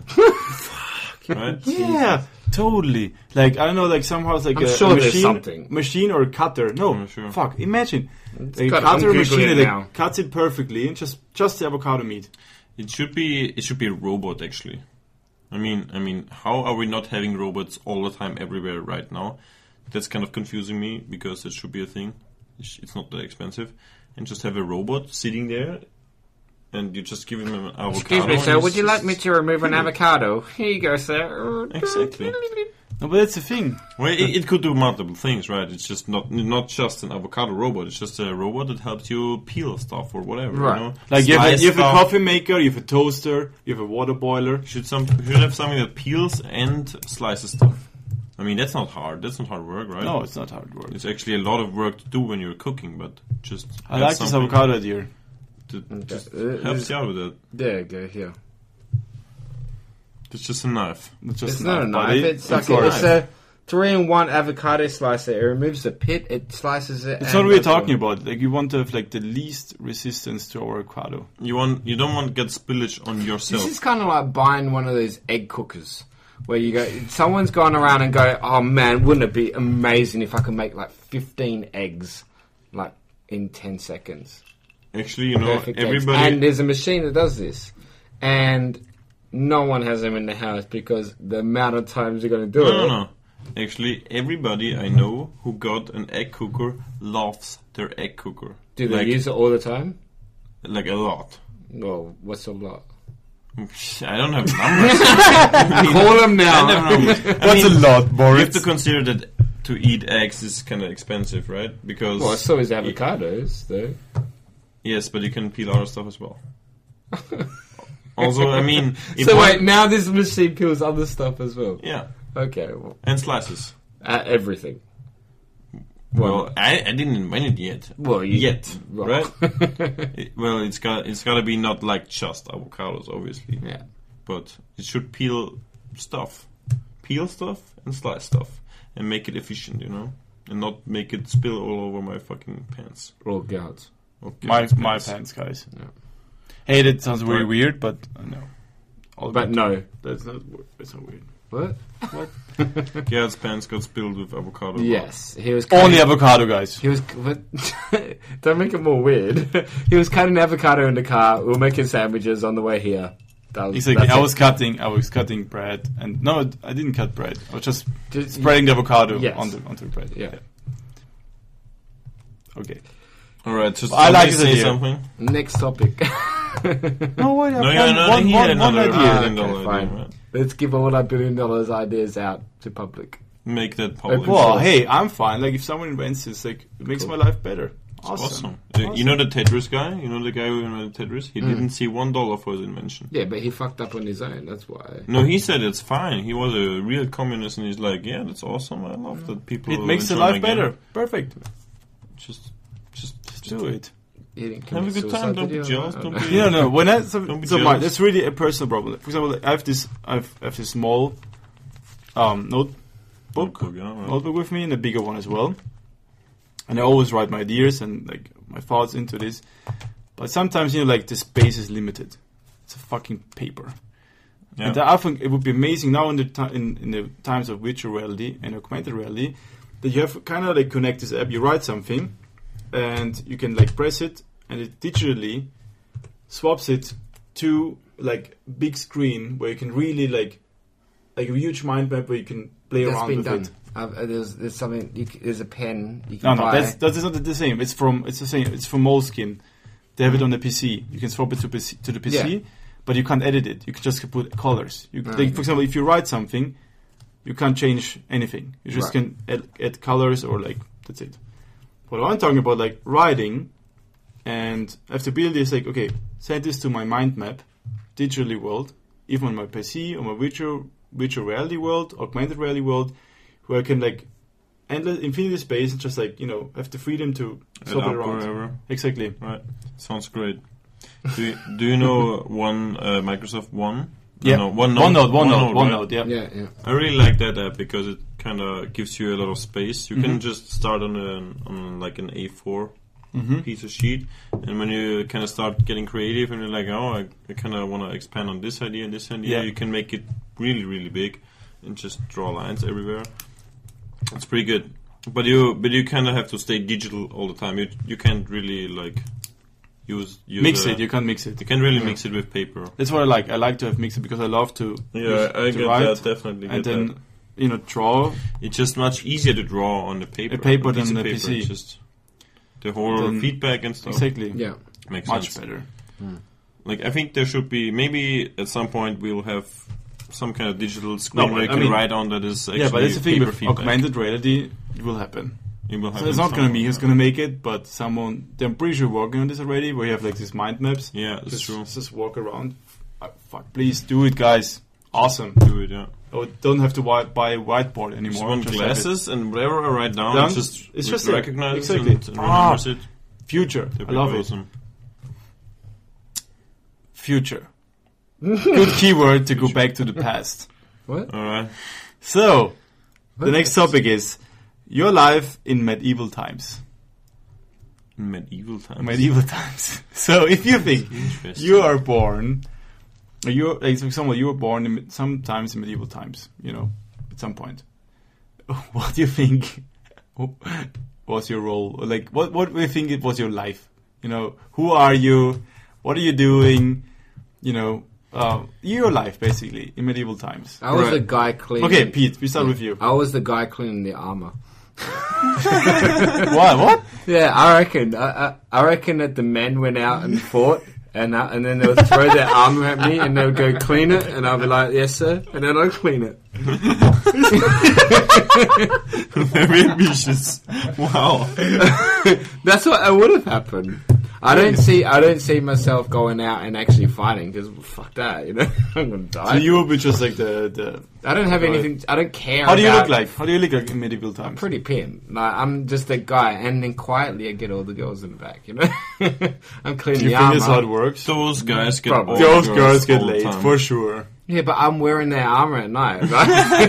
Speaker 4: Right?
Speaker 3: yeah, totally. Like I don't know, like somehow it's like
Speaker 5: I'm
Speaker 3: a, a
Speaker 5: sure there's
Speaker 3: machine,
Speaker 5: something.
Speaker 3: machine or a cutter. No,
Speaker 4: I'm sure.
Speaker 3: fuck. Imagine a
Speaker 5: cut-
Speaker 3: cutter
Speaker 5: I'm Googling
Speaker 3: machine
Speaker 5: it now.
Speaker 3: that cuts it perfectly and just just the avocado meat.
Speaker 4: It should be it should be a robot actually. I mean I mean how are we not having robots all the time everywhere right now? That's kind of confusing me because it should be a thing. It's it's not that expensive, and just have a robot sitting there, and you just give him an avocado.
Speaker 5: Excuse me,
Speaker 4: and
Speaker 5: sir.
Speaker 4: he's
Speaker 5: Would you like
Speaker 4: just-
Speaker 5: me to remove an avocado? Here you go, sir.
Speaker 4: Exactly.
Speaker 3: No, but that's the thing.
Speaker 4: Well, it, it could do multiple things, right? It's just not not just an avocado robot. It's just a robot that helps you peel stuff or whatever.
Speaker 5: Right.
Speaker 4: You know?
Speaker 3: Like you have, a,
Speaker 4: Slice
Speaker 3: you have a
Speaker 4: stuff.
Speaker 3: coffee maker, you have a toaster, you have a water boiler.
Speaker 4: Should some should have something that peels and slices stuff. I mean, that's not hard. That's not hard work, right?
Speaker 3: No, it's not how it works.
Speaker 4: it's actually a lot of work to do when you're cooking, but just
Speaker 3: I
Speaker 4: have
Speaker 3: like this
Speaker 4: something
Speaker 3: avocado idea.
Speaker 4: that just
Speaker 5: Okay.
Speaker 4: helps you out with that.
Speaker 5: Uh, There you go. Here.
Speaker 4: It's just a knife.
Speaker 3: It's, just
Speaker 5: It's not a knife.
Speaker 3: buddy.
Speaker 5: It's like
Speaker 3: all
Speaker 5: a,
Speaker 3: right.
Speaker 5: it's a three-in-one avocado slicer. It removes the pit. It slices it.
Speaker 3: That's
Speaker 5: and
Speaker 3: what we're
Speaker 5: that's all.
Speaker 3: talking about. Like you want to have like the least resistance to avocado.
Speaker 4: You want you don't want to get spillage on yourself.
Speaker 5: This is kind of like buying one of those egg cookers where you go, someone's gone around and go, oh man, wouldn't it be amazing if I could make like 15 eggs like in 10 seconds?
Speaker 4: actually, you know,
Speaker 5: Perfect eggs.
Speaker 4: everybody
Speaker 5: And there's a machine that does this. And no one has them in the house because the amount of times you're going to do
Speaker 4: No,
Speaker 5: it.
Speaker 4: no, no. Actually, everybody I know who got an egg cooker loves their egg cooker.
Speaker 5: Do they
Speaker 4: like,
Speaker 5: use it all the time?
Speaker 4: like a lot?
Speaker 5: Well, what's a lot?
Speaker 4: I don't have numbers.
Speaker 5: Call them now.
Speaker 4: I never know. I
Speaker 3: That's
Speaker 4: mean,
Speaker 3: a lot,
Speaker 4: You have
Speaker 3: Boris.
Speaker 4: to consider that to eat eggs is kind of expensive, right? Because
Speaker 5: Well, so is avocados, though.
Speaker 4: yes, but you can peel other stuff as well. also, I mean, if
Speaker 5: So
Speaker 4: one-
Speaker 5: wait, now this machine peels other stuff as well.
Speaker 4: yeah,
Speaker 5: Okay, well,
Speaker 4: and slices.
Speaker 5: uh, everything.
Speaker 4: Well, I, I didn't invent it yet.
Speaker 5: Well, you,
Speaker 4: Yet,
Speaker 5: Well.
Speaker 4: right? It- well, it's got it's gotta be not like just avocados, obviously,
Speaker 5: Yeah.
Speaker 4: but it should peel stuff, peel stuff and slice stuff, and make it efficient, you know, and not make it spill all over my fucking pants.
Speaker 5: Or gout.
Speaker 4: Okay,
Speaker 3: my my pants, guys.
Speaker 5: Yeah.
Speaker 3: Hey, that sounds very
Speaker 4: Right.
Speaker 3: weird, but uh, no. All
Speaker 5: But
Speaker 3: good.
Speaker 5: no.
Speaker 3: that's not wor- that's not weird.
Speaker 5: What?
Speaker 4: Gerhard's pants got spilled with avocado.
Speaker 5: Yes, he was
Speaker 3: Only avocado, guys.
Speaker 5: He was. What? Don't make it more weird. he was cutting avocado in the car. We were making sandwiches on the way here. That was,
Speaker 3: Exactly.
Speaker 5: that's
Speaker 3: I
Speaker 5: it.
Speaker 3: was cutting. I was cutting bread, and no, I didn't cut bread. I was just
Speaker 5: Just-
Speaker 3: spreading the avocado
Speaker 5: Yes.
Speaker 3: on the onto the bread.
Speaker 5: Yeah.
Speaker 3: Okay.
Speaker 4: All right, just
Speaker 3: I
Speaker 4: I
Speaker 3: like
Speaker 4: like
Speaker 3: this
Speaker 4: say
Speaker 3: idea.
Speaker 4: something.
Speaker 5: Next topic.
Speaker 3: No, wait.
Speaker 4: No, yeah, no, he had another
Speaker 5: idea.
Speaker 4: billion
Speaker 5: Okay,
Speaker 4: dollar idea,
Speaker 5: fine.
Speaker 4: right?
Speaker 5: Let's give all our billion dollars ideas out to public.
Speaker 4: Make that public.
Speaker 3: Well, hey, I'm fine. Like if someone invents this, like it makes
Speaker 5: Cool.
Speaker 3: my life better. Awesome. Hmm.
Speaker 4: Awesome. Uh, You know the Tetris guy? You know the guy who invented Tetris? He didn't see one dollar for his invention.
Speaker 5: Yeah, but he fucked up on his own. That's why.
Speaker 4: No, he said it's fine. He was a real communist, and he's like, "Yeah, that's awesome. I love that people."
Speaker 3: It makes the
Speaker 4: enjoy my
Speaker 3: life
Speaker 4: game."
Speaker 3: better. Perfect.
Speaker 4: Just, just, just
Speaker 3: Do it.
Speaker 5: He didn't
Speaker 4: Have a
Speaker 5: commit
Speaker 4: good time,
Speaker 5: suicide,
Speaker 4: don't
Speaker 5: did
Speaker 4: be
Speaker 5: he?
Speaker 4: jealous,
Speaker 5: I
Speaker 4: don't
Speaker 5: know.
Speaker 4: be-
Speaker 3: Yeah, no, when I, so,
Speaker 4: Don't be
Speaker 3: so my,
Speaker 4: jealous.
Speaker 3: that's really a personal problem. Like, For example, like, I have this, I've, I have this small um, notebook,
Speaker 4: Notebook, yeah, right.
Speaker 3: notebook with me and a bigger one as well. And I always write my ideas and like my thoughts into this. But sometimes you know, like the space is limited. It's a fucking paper.
Speaker 4: Yeah.
Speaker 3: And I think it would be amazing now in the ti- in, in the times of virtual reality and augmented reality that you have kind of like connect this app. You write something, and you can like press it, and it digitally swaps it to like big screen where you can really like like a huge mind map where you can play
Speaker 5: That's
Speaker 3: around
Speaker 5: been
Speaker 3: with
Speaker 5: done.
Speaker 3: it.
Speaker 5: I've, uh, there's, there's something. You, c- there's a pen. You
Speaker 3: No,
Speaker 5: can
Speaker 3: no,
Speaker 5: buy.
Speaker 3: that's that is not the same. It's from it's the same. It's from Moleskine. They have it on the PC. You can swap it to PC, to the PC,
Speaker 5: Yeah.
Speaker 3: but you can't edit it. You can just put colors. You,
Speaker 5: Ah,
Speaker 3: like,
Speaker 5: okay.
Speaker 3: For example, if you write something, you can't change anything. You just
Speaker 5: Right.
Speaker 3: can add, add colors or like that's it. What I'm talking about, like writing, and I have to build this. Like, okay, send this to my mind map, digitally world, even on my PC or my virtual virtual reality world, augmented reality world, where I can like endless infinity space and just like you know have the freedom to
Speaker 4: It
Speaker 3: swap it
Speaker 4: up
Speaker 3: around.
Speaker 4: wherever.
Speaker 3: Exactly.
Speaker 4: Right. Sounds great. Do you, do you know one uh, Microsoft One? No,
Speaker 3: Yeah.
Speaker 4: no, one
Speaker 3: One node, one
Speaker 4: OneNote,
Speaker 3: node, one
Speaker 4: right?
Speaker 3: node. Yeah.
Speaker 5: Yeah, yeah.
Speaker 4: I really like that app because it kind of gives you a lot of space. You can
Speaker 3: Mhm.
Speaker 4: just start on an on like an A4
Speaker 3: hmm
Speaker 4: piece of sheet, and when you kind of start getting creative and you're like, oh, I, I kind of want to expand on this idea and this idea,
Speaker 3: Yeah.
Speaker 4: you can make it really really big and just draw lines everywhere. It's pretty good, but you but you kind of have to stay digital all the time. You you can't really like use, use
Speaker 3: Mix
Speaker 4: a-
Speaker 3: it. You can't mix it.
Speaker 4: you can't really mix it with paper.
Speaker 3: That's what I like. I like to have mixed it because I love to
Speaker 4: Yeah, I
Speaker 3: to
Speaker 4: get
Speaker 3: write
Speaker 4: that definitely.
Speaker 3: and
Speaker 4: Get
Speaker 3: then
Speaker 4: that.
Speaker 3: you know draw.
Speaker 4: It's just much easier to draw on the paper.
Speaker 3: A paper
Speaker 4: piece
Speaker 3: than
Speaker 4: of
Speaker 3: the
Speaker 4: paper,
Speaker 3: PC.
Speaker 4: it's Just the whole
Speaker 3: Then-
Speaker 4: feedback and stuff
Speaker 3: Exactly.
Speaker 5: Yeah.
Speaker 4: makes
Speaker 3: Much
Speaker 4: sense.
Speaker 3: better.
Speaker 4: Like I think there should be maybe at some point we'll have some kind of digital screen
Speaker 3: No,
Speaker 4: where you
Speaker 3: I
Speaker 4: can
Speaker 3: mean-
Speaker 4: write on that is actually
Speaker 3: yeah, but that's the thing
Speaker 4: paper
Speaker 3: with
Speaker 4: feedback.
Speaker 3: augmented reality. It will happen.
Speaker 4: It will
Speaker 3: So
Speaker 4: happen
Speaker 3: it's not going to
Speaker 4: somewhere.
Speaker 3: be who's going to make it, but someone. I'm pretty sure working on this already. Where you have like these mind maps.
Speaker 4: Yeah, it's
Speaker 3: just,
Speaker 4: true.
Speaker 3: Just walk around. Uh, fuck, please do it, guys. Awesome.
Speaker 4: Do it. Yeah.
Speaker 3: Oh, don't have to wi- buy a whiteboard anymore.
Speaker 4: Just want
Speaker 3: Just have it.
Speaker 4: glasses and whatever I write down,
Speaker 3: Down,
Speaker 4: it just
Speaker 3: it's
Speaker 4: it
Speaker 3: just there.
Speaker 4: recognizes
Speaker 3: Exactly.
Speaker 4: and, and
Speaker 3: Ah,
Speaker 4: remembers it.
Speaker 3: Future.
Speaker 4: That'd
Speaker 3: I
Speaker 4: be
Speaker 3: love it.
Speaker 4: awesome.
Speaker 3: Future. Good keyword to go back to the past.
Speaker 5: What?
Speaker 4: All right.
Speaker 3: So, the next topic is your life in medieval times.
Speaker 4: Medieval times.
Speaker 3: Medieval times. So, if you think
Speaker 4: Interesting.
Speaker 3: you are born, you like for example, you were born in, me- sometimes in medieval times. You know, at some point. What do you think was your role? Like, what what do you think it was your life? You know, who are you? What are you doing? You know, uh, your life basically in medieval times.
Speaker 5: I was
Speaker 4: Right.
Speaker 5: the guy cleaning.
Speaker 3: Okay, Pete, we start with you.
Speaker 5: I was the guy cleaning the armor.
Speaker 3: What? What?
Speaker 5: Yeah, I reckon. I, I, I reckon that the men went out and fought, and uh, and then they would throw their armor at me, and they would go clean it, and I'd be like, "Yes, sir," and then I'd clean it.
Speaker 4: Very ambitious. Wow.
Speaker 5: That's what it would have happened. I don't see. I don't see myself going out and actually fighting because fuck that. You know, I'm gonna die.
Speaker 3: So you will be just like the the.
Speaker 5: I don't have
Speaker 3: Right.
Speaker 5: anything. I don't care.
Speaker 3: How do you
Speaker 5: about-
Speaker 3: look like? How do you look like in medieval times?
Speaker 5: Pretty pimp. Like, I'm just that guy, and then quietly I get all the girls in the back. You know, I'm
Speaker 3: Do
Speaker 5: cleaning
Speaker 3: you
Speaker 5: the
Speaker 3: think that's how it
Speaker 5: armor.
Speaker 3: works?
Speaker 4: Those guys get
Speaker 5: Probably.
Speaker 4: all
Speaker 3: Those girls get
Speaker 4: all the
Speaker 3: laid
Speaker 4: time.
Speaker 3: for sure.
Speaker 5: Yeah, but I'm wearing their armor at night. Right?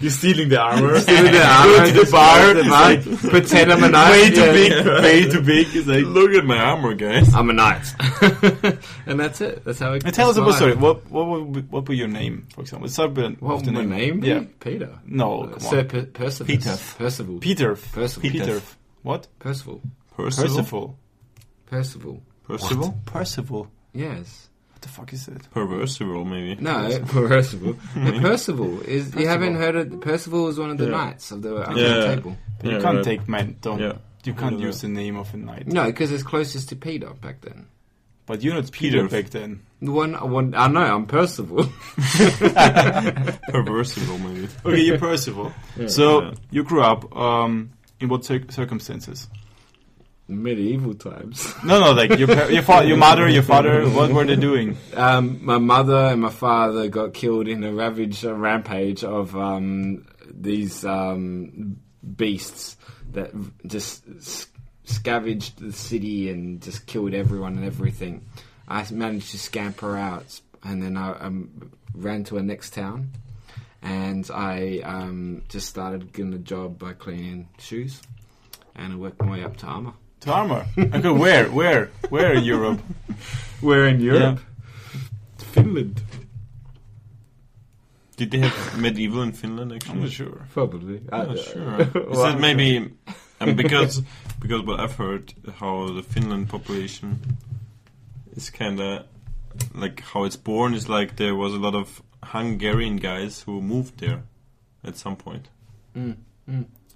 Speaker 3: You're stealing the armor.
Speaker 5: Stealing the
Speaker 3: Go
Speaker 5: armor,
Speaker 3: to the
Speaker 5: just
Speaker 3: bar.
Speaker 5: wear the knife,
Speaker 3: it's like,
Speaker 5: pretend I'm a knight.
Speaker 3: Way too
Speaker 5: yeah.
Speaker 3: big. Way too big. It's like.
Speaker 4: Look at my armor, guys.
Speaker 5: I'm a knight, and that's it. That's how it.
Speaker 3: And tell us
Speaker 5: that's
Speaker 3: about
Speaker 5: mine.
Speaker 3: sorry. What what would be, what would your name, for example? Start with
Speaker 5: What
Speaker 3: with
Speaker 5: would my name? be?
Speaker 3: Yeah,
Speaker 5: Peter.
Speaker 3: No, come
Speaker 5: Sir
Speaker 3: on.
Speaker 5: per- Percival.
Speaker 4: Peter.
Speaker 5: Percival.
Speaker 3: Peter.
Speaker 5: Percival.
Speaker 3: Peter. What?
Speaker 5: Percival.
Speaker 3: Percival.
Speaker 5: Percival.
Speaker 4: Percival?
Speaker 3: Percival.
Speaker 5: Yes.
Speaker 3: What the fuck is that?
Speaker 4: Perversival, maybe.
Speaker 5: No, Percival. No, Percival is. You haven't heard of Percival? Is one of the
Speaker 4: Yeah.
Speaker 5: knights of the, of the
Speaker 4: Yeah.
Speaker 5: table.
Speaker 3: you
Speaker 4: Yeah,
Speaker 3: can't
Speaker 4: right.
Speaker 3: take man. Don't.
Speaker 4: Yeah.
Speaker 3: You
Speaker 4: Look
Speaker 3: can't
Speaker 4: at
Speaker 3: use
Speaker 4: that.
Speaker 3: the name of a knight.
Speaker 5: No, because it's closest to Peter back then.
Speaker 3: But you're not Peter
Speaker 4: Peter.
Speaker 3: back then.
Speaker 5: The one, one I know, I'm Percival.
Speaker 4: Perversival, maybe.
Speaker 3: Okay, you're Percival. So
Speaker 4: Yeah.
Speaker 3: you grew up um, in what cir- circumstances?
Speaker 5: Medieval times.
Speaker 3: No, no, like your par- your, fa- your mother, your father. What were they doing?
Speaker 5: Um, my mother and my father got killed in a ravage, a rampage of um, these um, beasts that just s- scavenged the city and just killed everyone and everything. I managed to scamper out, and then I um, ran to a next town, and I um, just started getting a job by cleaning shoes, and I worked my way up to armor.
Speaker 3: To armor. Okay, where, where, where in Europe?
Speaker 5: Where in
Speaker 3: Europe?
Speaker 5: Finland,
Speaker 4: Did they have medieval in Finland, actually?
Speaker 3: I'm not sure. Uh,
Speaker 5: probably.
Speaker 4: I'm
Speaker 5: I-
Speaker 4: not Oh, sure. Is
Speaker 5: Well,
Speaker 4: it maybe... Um, because because what I've heard, how the Finland population is kind of... Like, how it's born is like there was a lot of Hungarian guys who moved there at some point.
Speaker 5: Mm.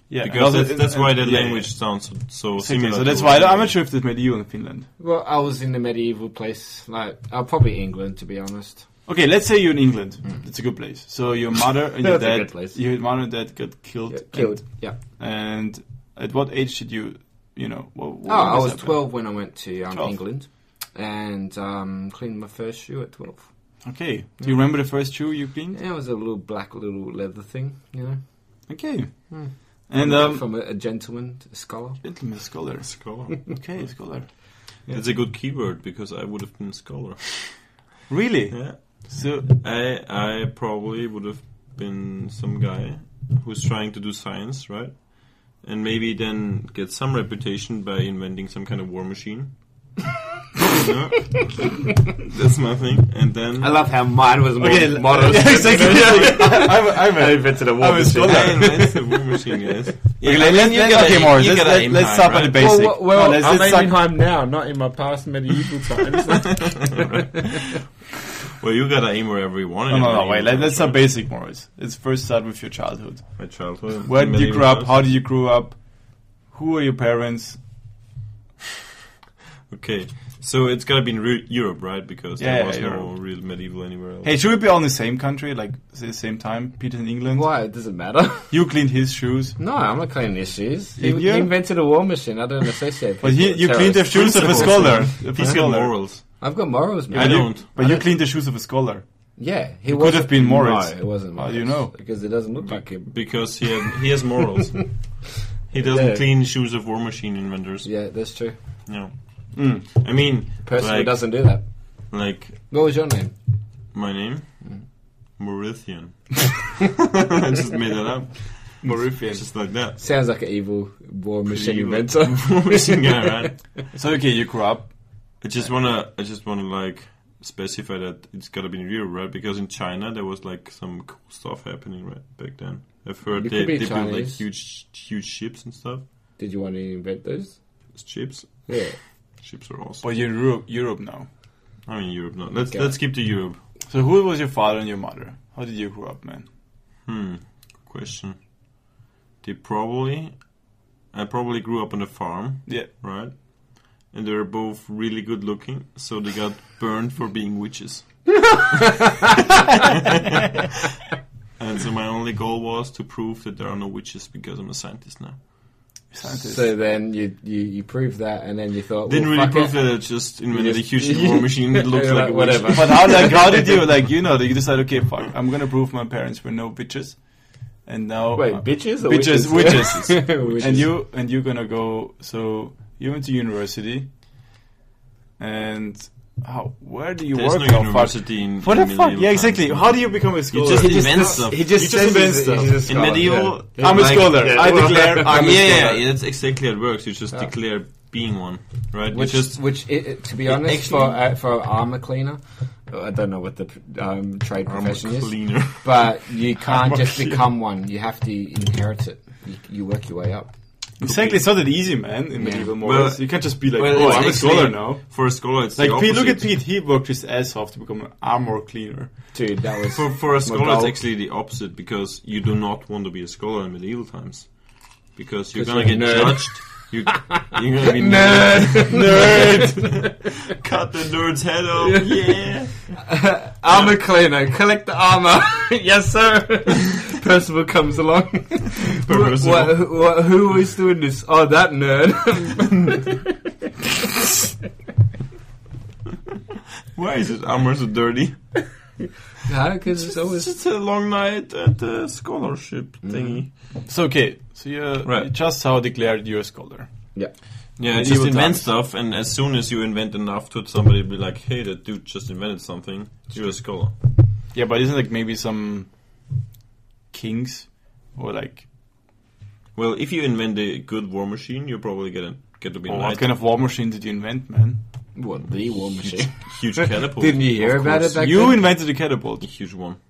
Speaker 3: Yeah, and
Speaker 4: Because
Speaker 3: also-
Speaker 4: that's, that's why the
Speaker 3: yeah, yeah.
Speaker 4: language sounds so, so
Speaker 3: Exactly,
Speaker 4: similar.
Speaker 3: So that's
Speaker 4: to-
Speaker 3: why I'm not sure if it's medieval in Finland.
Speaker 5: Well, I was in a medieval place, like uh, probably England, to be honest.
Speaker 3: Okay, let's say you're in England.
Speaker 4: Hmm.
Speaker 3: It's a good place. So your mother and your
Speaker 5: That's a
Speaker 3: dad,
Speaker 5: good place.
Speaker 3: your mother and dad got killed.
Speaker 5: Yeah.
Speaker 3: And, and at what age did you, you know? What, what
Speaker 5: Oh, I
Speaker 3: this
Speaker 5: was
Speaker 3: happened?
Speaker 5: twelve when I went to um,
Speaker 3: 12.
Speaker 5: England, and um, cleaned my first shoe at twelve. Hmm.
Speaker 3: Okay. Do you remember the first shoe you cleaned?
Speaker 5: Yeah, it was a little black little leather thing, you know.
Speaker 3: Okay.
Speaker 5: Hmm.
Speaker 3: And um,
Speaker 5: from a, a gentleman, to a scholar.
Speaker 3: gentleman scholar.
Speaker 4: Scholar.
Speaker 3: Okay, scholar.
Speaker 4: It's a good keyword because I would have been scholar.
Speaker 3: Really?
Speaker 4: Yeah.
Speaker 3: So
Speaker 4: I I probably would have been some guy who's trying to do science, right? And maybe then get some reputation by inventing some kind of war machine. Yeah. That's my thing. And then
Speaker 5: I love how mine was more
Speaker 3: Okay,
Speaker 5: modern.
Speaker 3: exactly. I'm, I'm a,
Speaker 5: invented a
Speaker 3: war I was machine.
Speaker 4: I invented the war machine, guys.
Speaker 3: okay, let, let,
Speaker 6: you
Speaker 3: let,
Speaker 6: gotta
Speaker 3: okay,
Speaker 6: aim-
Speaker 3: more.
Speaker 6: you
Speaker 3: Let's,
Speaker 6: gotta
Speaker 3: let,
Speaker 6: aim
Speaker 3: let's
Speaker 6: high,
Speaker 3: stop
Speaker 6: right?
Speaker 3: on the basic.
Speaker 5: Well, well,
Speaker 3: No, let's
Speaker 6: I'm
Speaker 3: just suck-
Speaker 6: aiming high now, not in my past medieval times.
Speaker 4: Well, you gotta aim wherever you want.
Speaker 3: No,
Speaker 4: and
Speaker 3: no, no,
Speaker 4: everything
Speaker 3: wait.
Speaker 4: you
Speaker 3: Let,
Speaker 4: want,
Speaker 3: let's start
Speaker 4: right?
Speaker 3: basic morals. Let's first start with your childhood.
Speaker 4: My childhood.
Speaker 3: Where did you
Speaker 4: medieval
Speaker 3: grow up?
Speaker 4: times.
Speaker 3: How did you grow up? Who are your parents?
Speaker 4: Okay, so it's gotta be in re- Europe, right? Because
Speaker 3: Yeah,
Speaker 4: there was
Speaker 3: yeah,
Speaker 4: no
Speaker 3: Europe.
Speaker 4: real medieval anywhere else.
Speaker 3: Hey, should we be all in the same country, like the same time? Peter in England.
Speaker 5: Why? It doesn't matter.
Speaker 3: You cleaned his shoes,
Speaker 5: No, I'm not cleaning his shoes. He,
Speaker 3: Did you?
Speaker 5: he invented a war machine. I don't associate.
Speaker 3: but he,
Speaker 5: people
Speaker 3: you
Speaker 5: with
Speaker 3: cleaned the
Speaker 5: terrorists.
Speaker 3: shoes of a
Speaker 4: Principles,
Speaker 3: scholar.
Speaker 4: man.
Speaker 3: Of a
Speaker 4: He's got
Speaker 3: scholar.
Speaker 4: morals.
Speaker 5: I've got morals, man.
Speaker 4: I
Speaker 3: But you-
Speaker 4: don't.
Speaker 3: But you cleaned the shoes of a scholar.
Speaker 5: Yeah, he
Speaker 3: could
Speaker 5: wasn't-
Speaker 3: have been Moritz.
Speaker 5: No, it wasn't.
Speaker 3: How
Speaker 5: Moritz,
Speaker 3: do you know?
Speaker 5: Because it doesn't look like him.
Speaker 4: Because he had, he has morals. he doesn't
Speaker 5: Yeah.
Speaker 4: clean shoes of war machine inventors.
Speaker 5: Yeah, that's true.
Speaker 4: No. I mean,
Speaker 5: Person who
Speaker 4: like,
Speaker 5: doesn't do that.
Speaker 4: like
Speaker 5: What was your name?
Speaker 4: my name,
Speaker 3: Mm.
Speaker 4: Mauritian. I just made that up. It's
Speaker 3: Mauritian.
Speaker 4: just like that.
Speaker 5: Sounds like an evil war machine
Speaker 4: evil.
Speaker 5: inventor.
Speaker 4: War machine guy, right?
Speaker 3: So okay, you grew up.
Speaker 4: I just wanna, I just wanna like specify that it's gotta be in Europe, right? Because in China there was like some cool stuff happening right back then. I've heard
Speaker 5: You
Speaker 4: they,
Speaker 5: could be
Speaker 4: they built like
Speaker 5: Chinese.
Speaker 4: huge, huge ships and stuff.
Speaker 5: Did you want to invent those?
Speaker 4: Ships,
Speaker 5: Yeah.
Speaker 4: ships are awesome.
Speaker 3: But you're in Europe, Europe now.
Speaker 4: I mean Europe. No, let's
Speaker 5: Okay.
Speaker 4: let's skip to Europe.
Speaker 3: So who was your father and your mother? How did you grow up, man?
Speaker 4: Hmm. good Question. They probably, I probably grew up on a farm,
Speaker 3: Yeah.
Speaker 4: right? And they were both really good looking, so they got burned for being witches. and so my only goal was to prove that there are no witches because I'm a scientist now.
Speaker 3: Scientist.
Speaker 5: So then you, you you proved that, and then you thought
Speaker 4: Didn't
Speaker 5: well,
Speaker 4: really
Speaker 5: Oh, fuck
Speaker 4: prove
Speaker 5: it.
Speaker 4: that. I just invented a
Speaker 5: just-
Speaker 4: huge war machine that looks
Speaker 5: Yeah,
Speaker 4: like a witch.
Speaker 5: whatever.
Speaker 3: but how like how did you like you know that you decide okay fuck I'm gonna prove my parents were no bitches, and now
Speaker 5: Wait,
Speaker 3: uh,
Speaker 5: bitches or
Speaker 3: Witches,
Speaker 5: witches? Witches.
Speaker 3: and you and you're gonna go so you went to university, and how where do you
Speaker 4: There's
Speaker 3: work
Speaker 4: no
Speaker 3: now? fuck?
Speaker 4: university in,
Speaker 3: What
Speaker 4: in
Speaker 3: the fuck?
Speaker 4: medieval
Speaker 3: Yeah,
Speaker 4: times.
Speaker 3: exactly. How do you become a scholar?
Speaker 4: just-
Speaker 5: He just
Speaker 4: invents
Speaker 5: does-
Speaker 4: stuff.
Speaker 5: He just says
Speaker 3: He just invents
Speaker 5: he's,
Speaker 3: stuff.
Speaker 5: he's a scholar,
Speaker 4: medieval-
Speaker 5: yeah.
Speaker 3: I'm a
Speaker 5: Like-
Speaker 3: scholar.
Speaker 5: yeah.
Speaker 3: I declare I'm a
Speaker 4: yeah, yeah,
Speaker 3: scholar.
Speaker 4: yeah, that's exactly how it works. You just declare being one, right?
Speaker 5: Which,
Speaker 4: you just
Speaker 5: which i- i- to be
Speaker 4: it
Speaker 5: honest,
Speaker 4: actually-
Speaker 5: for uh, for an armor cleaner, uh, I don't know what the um, trade
Speaker 4: I'm a
Speaker 5: profession is,
Speaker 4: cleaner.
Speaker 5: but you can't
Speaker 4: Armor
Speaker 5: just
Speaker 4: cleaner.
Speaker 5: become one. You have to inherit it. You, you work your way up.
Speaker 3: Exactly, it's not that easy, man. In
Speaker 5: Yeah.
Speaker 3: medieval
Speaker 4: Well,
Speaker 3: morals, you can't just be like,
Speaker 4: well,
Speaker 3: "Oh,
Speaker 4: it's
Speaker 3: I'm a
Speaker 4: actually-
Speaker 3: scholar now."
Speaker 4: For a scholar, it's
Speaker 3: Like,
Speaker 4: the
Speaker 3: Pete, look at
Speaker 4: opposite.
Speaker 3: Pete. He worked his ass off to become an armor cleaner.
Speaker 5: Dude, that was
Speaker 4: For, for a scholar, it's
Speaker 5: goal.
Speaker 4: actually the opposite because you do not want to be a scholar in medieval times because you're
Speaker 5: 'Cause
Speaker 4: gonna
Speaker 5: you're
Speaker 4: get
Speaker 5: a nerd.
Speaker 4: judged. You, you're gonna be
Speaker 5: Nerd.
Speaker 4: nerd. Cut the nerd's head off. Yeah.
Speaker 5: armor cleaner. Collect the armor. yes, sir. Percival comes along.
Speaker 4: Percival.
Speaker 5: What, what, who is doing this? Oh, that nerd.
Speaker 4: Why is it armor so dirty?
Speaker 5: no, because it's
Speaker 4: It's
Speaker 5: always
Speaker 4: just a long night at the scholarship thingy.
Speaker 3: Mm. So okay, so you're
Speaker 4: Right.
Speaker 3: you just how declared you're a scholar.
Speaker 5: yeah.
Speaker 4: Yeah,
Speaker 3: Medieval
Speaker 4: just invent
Speaker 3: times.
Speaker 4: stuff, and as soon as you invent enough to it, somebody will be like, "Hey, that dude just invented something. You're a scholar."
Speaker 3: Yeah, but isn't like maybe some kings or like
Speaker 4: Well, if you invent a good war machine, you're probably gonna get to be
Speaker 3: oh,
Speaker 4: a
Speaker 3: what
Speaker 4: knight.
Speaker 3: kind of war machine did you invent, man?
Speaker 5: What the war machine?
Speaker 4: huge catapult.
Speaker 5: Didn't you hear
Speaker 4: Of
Speaker 5: about
Speaker 4: course.
Speaker 5: it back
Speaker 3: you
Speaker 5: then?
Speaker 3: invented the catapult.
Speaker 4: A huge one.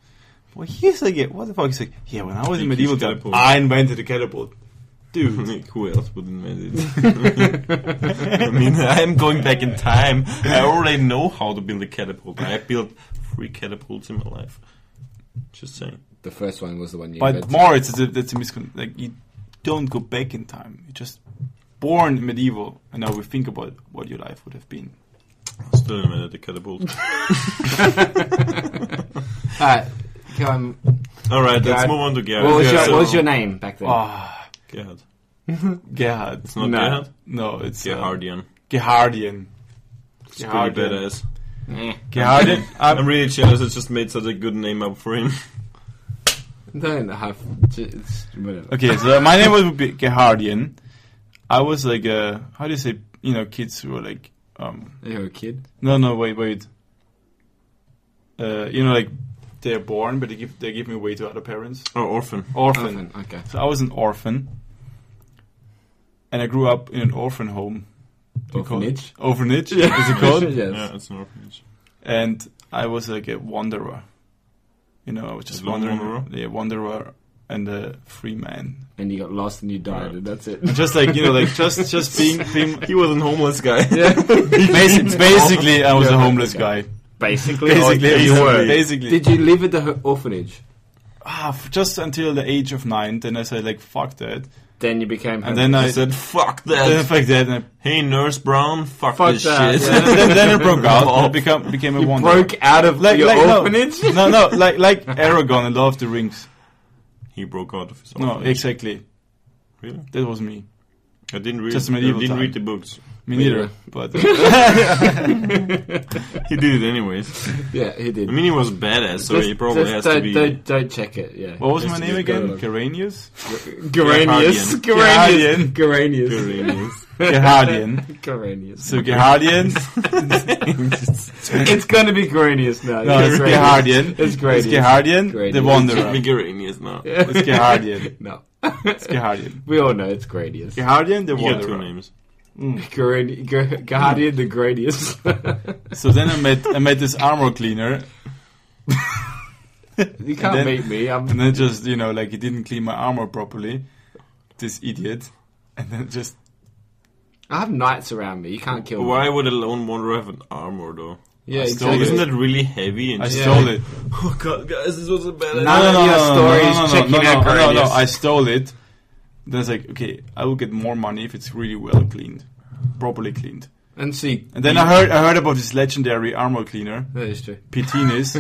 Speaker 3: Well, he's like, yeah, what the fuck? He's like, yeah, when I was in
Speaker 4: Huge
Speaker 3: medieval time,
Speaker 4: catapult.
Speaker 3: I invented the catapult, dude.
Speaker 4: Who else would invent it? I mean, I'm going back in time. I already know how to build a catapult. I built three catapults in my life. Just saying.
Speaker 5: the first one was the one you
Speaker 3: But
Speaker 5: invented.
Speaker 3: more, it's a, it's a miscon. Like you don't go back in time. You just born medieval, and now we think about what your life would have been.
Speaker 4: I still invented the catapult.
Speaker 5: All right, come on.
Speaker 4: All right, let's
Speaker 5: Gerhard.
Speaker 4: move on to Gerhard.
Speaker 5: What was, your,
Speaker 4: So-
Speaker 5: what was your name back then?
Speaker 3: Ah,
Speaker 4: Gerhard.
Speaker 3: Gerhard.
Speaker 4: It's not
Speaker 5: No.
Speaker 4: Gerhard.
Speaker 3: No, it's uh,
Speaker 4: Gerhardian.
Speaker 3: Gerhardian.
Speaker 4: It's pretty
Speaker 3: Gerhardian.
Speaker 4: badass.
Speaker 5: Eh.
Speaker 3: Gerhardian.
Speaker 4: I'm really jealous. I just made such a good name up for him.
Speaker 5: Don't have to, it's whatever.
Speaker 3: Okay, so my name would be Gehardian. I was like, uh, how do you say, you know, kids who were like, um,
Speaker 5: You're a kid.
Speaker 3: no, no, wait, wait. Uh, you know, like they're born, but they give they give me away to other parents.
Speaker 4: Or orphan.
Speaker 3: Orphan.
Speaker 5: Orphan, Okay.
Speaker 3: So I was an orphan, and I grew up in an orphan home. Do you call it-
Speaker 5: Orphanage.
Speaker 3: Orphanage. Is it called?
Speaker 5: yes.
Speaker 4: Yeah, it's an orphanage.
Speaker 3: and I was like a wanderer. You know, I was just
Speaker 4: Lone
Speaker 3: wandering,
Speaker 4: wanderer?
Speaker 3: yeah, wanderer and a free man.
Speaker 5: And you got lost and you died,
Speaker 4: Right.
Speaker 5: and that's it.
Speaker 3: Just like you know, like just just being, being
Speaker 4: He was a homeless guy.
Speaker 3: basically, basically, I was
Speaker 5: Yeah.
Speaker 3: a homeless guy.
Speaker 5: Basically,
Speaker 3: Basically,
Speaker 4: you were.
Speaker 3: basically.
Speaker 5: Did you live at the ho- orphanage?
Speaker 3: ah, f- just until the age of nine. Then I said like fuck that,
Speaker 5: Then you became.
Speaker 3: and then I
Speaker 4: I said, fuck
Speaker 3: then
Speaker 4: that.
Speaker 3: fuck that, and
Speaker 4: hey, Nurse Brown, fuck,
Speaker 5: Fuck
Speaker 4: this
Speaker 5: that,
Speaker 4: shit.
Speaker 3: I, then, then, then it broke out. and I become became a
Speaker 5: you
Speaker 3: wanderer.
Speaker 5: broke out of your
Speaker 3: no.
Speaker 5: orphanage.
Speaker 3: No, no, like like Aragon in Lord of the Rings.
Speaker 4: He broke out of his
Speaker 3: No,
Speaker 4: orphanage.
Speaker 3: exactly.
Speaker 4: Really?
Speaker 3: That was me.
Speaker 4: I didn't read.
Speaker 3: Just
Speaker 4: I
Speaker 3: medieval
Speaker 4: didn't
Speaker 3: time.
Speaker 4: read the books.
Speaker 5: Me
Speaker 3: Me neither.
Speaker 5: neither.
Speaker 3: But
Speaker 4: He did it anyways.
Speaker 5: Yeah, he did.
Speaker 4: I mean, he was badass, so he probably
Speaker 5: just
Speaker 4: has
Speaker 5: don't,
Speaker 4: to be.
Speaker 5: Don't, don't check it. Yeah.
Speaker 3: what was
Speaker 4: Yes,
Speaker 3: my
Speaker 4: it
Speaker 3: name
Speaker 4: is
Speaker 3: again?
Speaker 5: good.
Speaker 3: Geranius.
Speaker 5: Geranius. Geranius.
Speaker 3: Geranius.
Speaker 5: Geranius.
Speaker 4: Uranus.
Speaker 3: Gehardian.
Speaker 5: Geranius.
Speaker 3: So Gehardian.
Speaker 5: It's gonna be Geranius now.
Speaker 3: No, it's Gehardian.
Speaker 5: It's
Speaker 3: It's
Speaker 5: Geranius.
Speaker 3: Gehardian. The
Speaker 5: Gradius.
Speaker 3: Wanderer.
Speaker 4: Big Uranus now.
Speaker 3: It's Gehardian.
Speaker 5: No.
Speaker 3: It's Gehardian.
Speaker 5: We all know it's Gradius.
Speaker 3: Gehardian, the
Speaker 4: You got two
Speaker 3: Wanderer.
Speaker 4: names.
Speaker 5: Gerani- Ger- Guardian the Gradius.
Speaker 3: So then I met I met this armor cleaner,
Speaker 5: you can't
Speaker 3: then-
Speaker 5: beat me. I'm
Speaker 3: and then just you know like he didn't clean my armor properly. This idiot. And then just
Speaker 5: I have knights around me. You can't kill me.
Speaker 4: Why would a lone wanderer have an armor though?
Speaker 5: Yeah,
Speaker 3: I stole
Speaker 5: exactly.
Speaker 3: it.
Speaker 4: Isn't that really heavy? And
Speaker 3: I
Speaker 4: just-
Speaker 3: stole it.
Speaker 4: Oh god, guys, this was a bad
Speaker 5: No, None of your stories checking
Speaker 3: no,
Speaker 5: out
Speaker 3: no, no, no,
Speaker 5: Gradius.
Speaker 3: I stole it. Then it's like, okay, I will get more money if it's really well cleaned, properly cleaned.
Speaker 5: And see,
Speaker 3: And then I heard I heard about this legendary armor cleaner,
Speaker 5: that is true.
Speaker 3: Pitinis.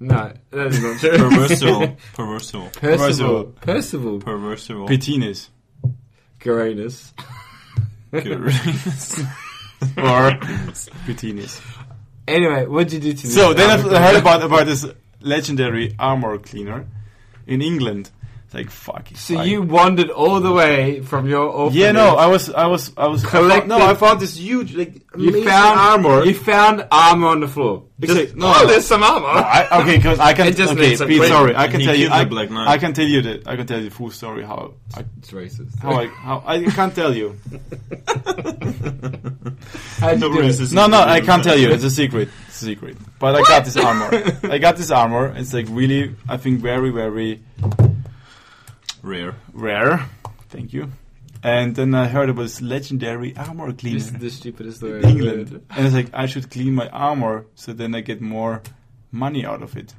Speaker 5: No, that is not true.
Speaker 4: Perversival. Perversival.
Speaker 5: Percival. Percival.
Speaker 4: Perversival.
Speaker 3: Pitinis.
Speaker 5: Geranius.
Speaker 4: Uranus.
Speaker 3: Or Pitinis.
Speaker 5: Anyway, what did you do to
Speaker 3: So
Speaker 5: this
Speaker 3: then
Speaker 5: armor
Speaker 3: I heard
Speaker 5: cleaner?
Speaker 3: about, about this legendary armor cleaner in England. It's like, fuck.
Speaker 5: So
Speaker 3: I-
Speaker 5: you wandered all the way from your orphanage.
Speaker 3: Yeah, no, I was, I was, I was. I found-
Speaker 5: Collected-
Speaker 3: no, I found this huge, like,
Speaker 5: you
Speaker 3: amazing
Speaker 5: found
Speaker 3: armor.
Speaker 5: You found armor on the floor.
Speaker 3: It's like- no,
Speaker 5: oh,
Speaker 3: no.
Speaker 5: there's some armor.
Speaker 3: I, okay, because I can.
Speaker 5: It just
Speaker 3: okay,
Speaker 5: needs a
Speaker 3: Pete,
Speaker 5: break.
Speaker 3: sorry, I can
Speaker 4: He
Speaker 3: tell you.
Speaker 4: killed the
Speaker 3: I,
Speaker 4: Black Knight.
Speaker 3: I can tell you that I can tell you the full story how I
Speaker 5: it's racist.
Speaker 3: how Oh, I how I can't tell you.
Speaker 5: How'd you do it?
Speaker 4: racist.
Speaker 3: No, no, I can't tell you. It's a secret. It's a secret. But I got this armor. I got this armor. It's like really, I think, very, very
Speaker 4: Rare.
Speaker 3: rare. Thank you. And then I heard about this legendary armor cleaner
Speaker 5: This is the stupidest
Speaker 3: in
Speaker 5: word.
Speaker 3: England, and it's like I should clean my armor so then I get more money out of it.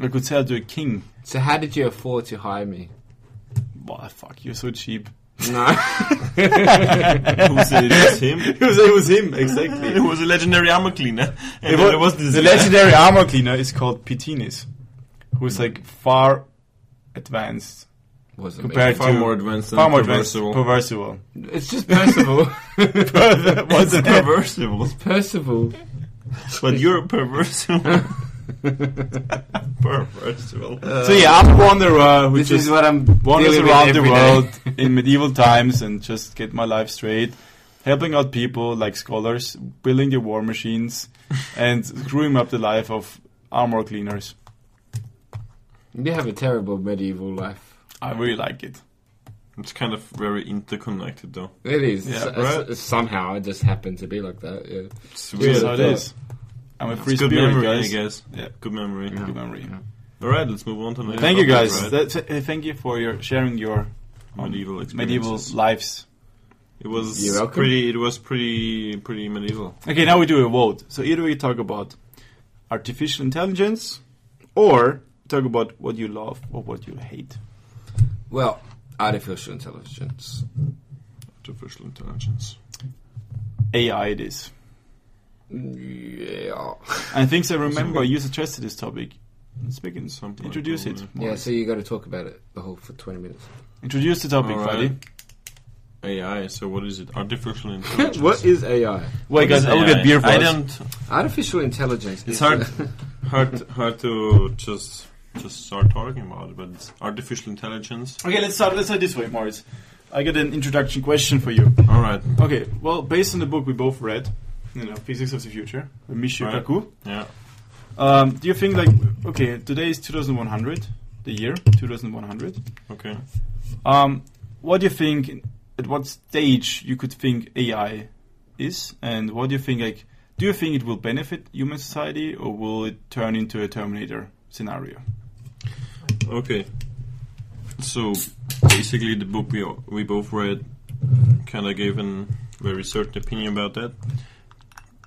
Speaker 3: I could sell to a king.
Speaker 5: So how did you afford to hire me?
Speaker 3: Wow, fuck, you're so cheap.
Speaker 5: No.
Speaker 4: Who said it was him?
Speaker 3: It was, it was him, exactly.
Speaker 4: It was a legendary armor cleaner. And
Speaker 3: It
Speaker 4: then
Speaker 3: wa-
Speaker 4: there was this
Speaker 3: the
Speaker 4: guy.
Speaker 3: legendary armor cleaner is called Pitinis, who is like far advanced
Speaker 5: Was
Speaker 3: compared
Speaker 4: Far
Speaker 3: to
Speaker 4: more advanced than
Speaker 3: far more advanced
Speaker 4: Perversival.
Speaker 3: Perversival.
Speaker 5: It's just Percival.
Speaker 3: What's the perver-
Speaker 4: Perversival.
Speaker 5: Percival.
Speaker 4: But you're a perversival. perversival.
Speaker 3: So yeah, I'm a wanderer who
Speaker 5: This
Speaker 3: just
Speaker 5: is what I'm
Speaker 3: wanders
Speaker 5: dealing with
Speaker 3: around the
Speaker 5: every
Speaker 3: world
Speaker 5: day.
Speaker 3: in medieval times and just get my life straight, helping out people like scholars, building the war machines, and screwing up the life of armor cleaners.
Speaker 5: You have a terrible medieval life.
Speaker 3: I really like it.
Speaker 4: It's kind of very interconnected though.
Speaker 5: It is.
Speaker 3: Yeah,
Speaker 5: So-
Speaker 4: right?
Speaker 5: so- somehow it just happened to be like that. Yeah.
Speaker 4: It's
Speaker 3: That's
Speaker 5: weird.
Speaker 3: how it is. I'm a free
Speaker 4: It's good
Speaker 3: spirit,
Speaker 4: memory,
Speaker 3: guys.
Speaker 4: I guess.
Speaker 3: Yeah.
Speaker 4: Good memory.
Speaker 5: Yeah.
Speaker 3: Good memory.
Speaker 5: Yeah.
Speaker 4: All right, let's move on to the next
Speaker 3: Thank you
Speaker 4: topic,
Speaker 3: guys.
Speaker 4: right?
Speaker 3: That's, uh, thank you for your sharing your um,
Speaker 4: medieval
Speaker 3: medieval
Speaker 4: experiences.
Speaker 3: lives.
Speaker 4: It was
Speaker 5: You're welcome.
Speaker 4: pretty. It was pretty pretty medieval.
Speaker 3: Okay, now we do a vote. So either we talk about artificial intelligence, or talk about what you love or what you hate.
Speaker 5: Well, artificial intelligence.
Speaker 4: Artificial intelligence.
Speaker 3: AI it is.
Speaker 5: Yeah.
Speaker 3: And things I remember you suggested this topic. Let's begin.
Speaker 4: Some point,
Speaker 3: Introduce it.
Speaker 4: probably.
Speaker 3: more.
Speaker 5: Yeah, so you got to talk about it the whole for 20 minutes.
Speaker 3: Introduce the topic,
Speaker 4: All right.
Speaker 3: buddy.
Speaker 4: AI. So what is it? Artificial intelligence.
Speaker 5: what is AI?
Speaker 3: Wait, guys,
Speaker 4: What
Speaker 3: I
Speaker 4: is
Speaker 3: will
Speaker 4: AI?
Speaker 3: get beer first.
Speaker 4: I don't.
Speaker 5: Artificial intelligence.
Speaker 4: It's
Speaker 5: is
Speaker 4: hard.
Speaker 5: a-
Speaker 4: hard. Hard to just just start talking about it. But it's artificial intelligence.
Speaker 3: Okay, let's start. Let's start this way, Maurice. I got an introduction question for you.
Speaker 4: All right.
Speaker 3: Okay, well, based on the book we both read, you know, Physics of the Future, by Michio
Speaker 4: Right.
Speaker 3: Kaku,
Speaker 4: Yeah.
Speaker 3: um, do you think like okay, today is 2100, the year 2100.
Speaker 4: Okay.
Speaker 3: Um, what do you think? At what stage you could think AI is, and what do you think? Like, do you think it will benefit human society, or will it turn into a Terminator scenario?
Speaker 4: Okay. So basically, the book we we both read kind of gave an very certain opinion about that,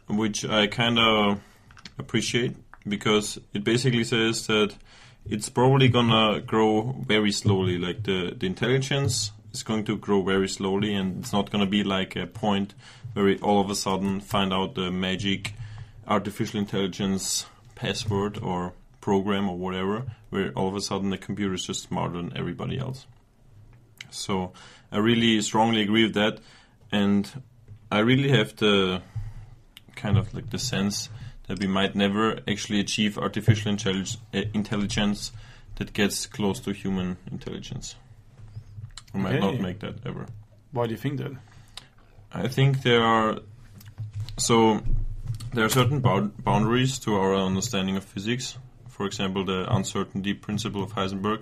Speaker 4: which I kind of appreciate because it basically says that it's probably gonna grow very slowly. Like the the intelligence is going to grow very slowly, and it's not gonna be like a point where we all of a sudden find out the magic artificial intelligence password or program or whatever, where all of a sudden the computer is just smarter than everybody else. So I really strongly agree with that, and I really have the kind of like the sense that we might never actually achieve artificial intellig- eh, intelligence that gets close to human intelligence. We might not
Speaker 3: Okay.
Speaker 4: make that ever.
Speaker 3: Why do you think that?
Speaker 4: I think there are so there are certain bou- boundaries to our understanding of physics. For example, the uncertainty principle of Heisenberg,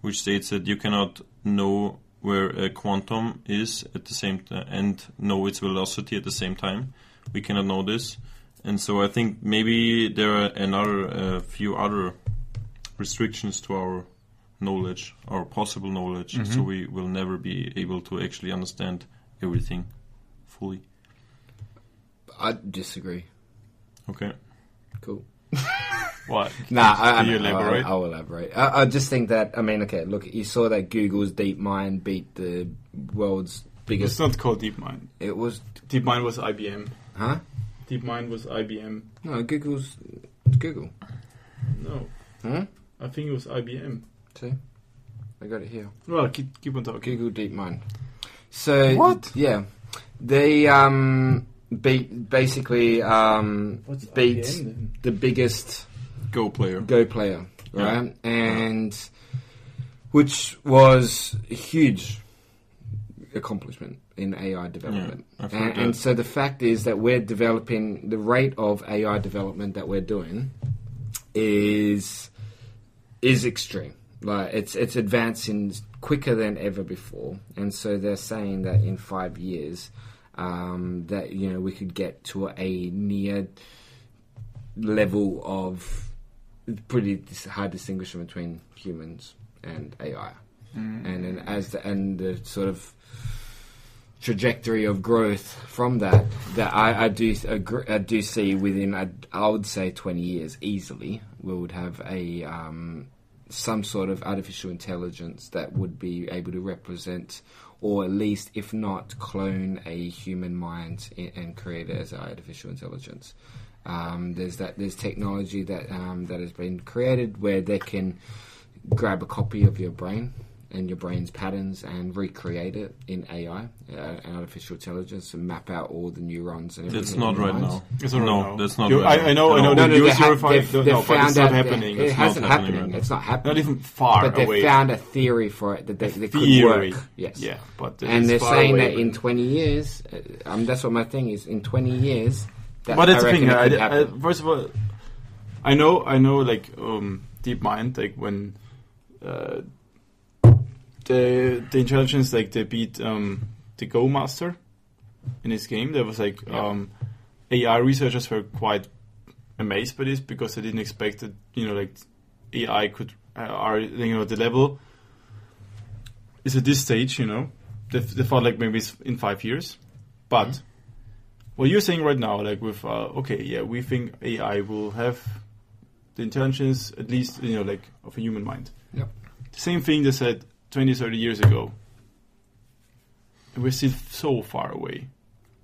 Speaker 4: which states that you cannot know where a quantum is at the same t- and know its velocity at the same time. We cannot know this, and so I think maybe there are another a few other restrictions to our knowledge, our possible knowledge. So we will never be able to actually understand everything fully.
Speaker 5: I disagree.
Speaker 4: Okay.
Speaker 5: Cool.
Speaker 3: Why?
Speaker 5: Nah, I, I,
Speaker 3: Can you elaborate?
Speaker 5: I'll, I'll elaborate. I, I just think that I mean, okay, look, you saw that Google's DeepMind beat the world's
Speaker 3: It's
Speaker 5: biggest.
Speaker 3: not called DeepMind.
Speaker 5: It was,
Speaker 3: DeepMind was IBM.
Speaker 5: huh?
Speaker 3: DeepMind was IBM.
Speaker 5: No, Google's it's Google.
Speaker 3: No,
Speaker 5: Huh?
Speaker 3: I think it was IBM.
Speaker 5: See, I got it here.
Speaker 3: Well, keep, keep on talking.
Speaker 5: Google DeepMind. So
Speaker 3: What?
Speaker 5: Yeah, they um be- basically um beat the biggest
Speaker 4: Go player.
Speaker 5: Go player, right? And which was a huge accomplishment in AI development.
Speaker 4: Yeah, I've heard
Speaker 5: and, and
Speaker 4: that.
Speaker 5: so the fact is that we're developing the rate of AI development that we're doing is is extreme. Like it's it's advancing quicker than ever before, and so they're saying that in five years, um, that you know we could get to a near level of it's pretty dis- hard distinguishing between humans and AI,
Speaker 3: Mm.
Speaker 5: and then as the, and the sort of trajectory of growth from that that I, I do agree, I do see within I, I would say twenty years easily we would have a um, some sort of artificial intelligence that would be able to represent or at least if not clone a human mind i- and create it as artificial intelligence um, there's that there's technology that um, that has been created where they can grab a copy of your brain and your brain's patterns and recreate it in AI uh, and artificial intelligence and map out all the neurons and everything.
Speaker 4: That's
Speaker 5: in
Speaker 4: not
Speaker 5: your
Speaker 4: right
Speaker 5: minds.
Speaker 4: now.
Speaker 3: It's not
Speaker 4: no,
Speaker 3: right now.
Speaker 4: that's not.
Speaker 3: You-
Speaker 4: right
Speaker 3: I-
Speaker 4: now.
Speaker 3: I know- I know that-
Speaker 4: No.
Speaker 5: No, no,
Speaker 3: You're
Speaker 5: they ha-
Speaker 3: verified-
Speaker 5: they've,
Speaker 3: no,
Speaker 5: they've
Speaker 3: no, but
Speaker 5: found
Speaker 3: it's not
Speaker 5: out that
Speaker 3: happening.
Speaker 5: It
Speaker 3: It's
Speaker 4: not
Speaker 5: hasn't
Speaker 4: happening
Speaker 5: happening.
Speaker 4: right now.
Speaker 5: It's not happening.
Speaker 3: Not even far
Speaker 5: but they
Speaker 3: away.
Speaker 5: found a theory for it that they, that could
Speaker 3: Theory.
Speaker 5: work. Yes.
Speaker 3: Yeah, but
Speaker 5: And
Speaker 3: it's
Speaker 5: they're
Speaker 3: far
Speaker 5: saying
Speaker 3: away,
Speaker 5: that in
Speaker 3: but-
Speaker 5: 20 years, uh, um, that's what my thing is. In 20 years, that
Speaker 3: but that's
Speaker 5: I
Speaker 3: the thing.
Speaker 5: reckon it
Speaker 3: I,
Speaker 5: could
Speaker 3: I-
Speaker 5: happen.
Speaker 3: first of all, I know, I know, like um, DeepMind, like when uh, the the intelligence, like they beat um, the Go Master in this game. There was like um, AI researchers were quite amazed by this because they didn't expect that you know like AI could uh, are you know the level is at this stage. You know, they, they thought like maybe it's in five years, but
Speaker 5: Mm-hmm.
Speaker 3: what you're saying right now, like with uh, okay, yeah, we think AI will have the intelligence at least you know like of a human mind.
Speaker 5: Yep.
Speaker 3: The same thing they said 20, 30 years ago. And we're still so far away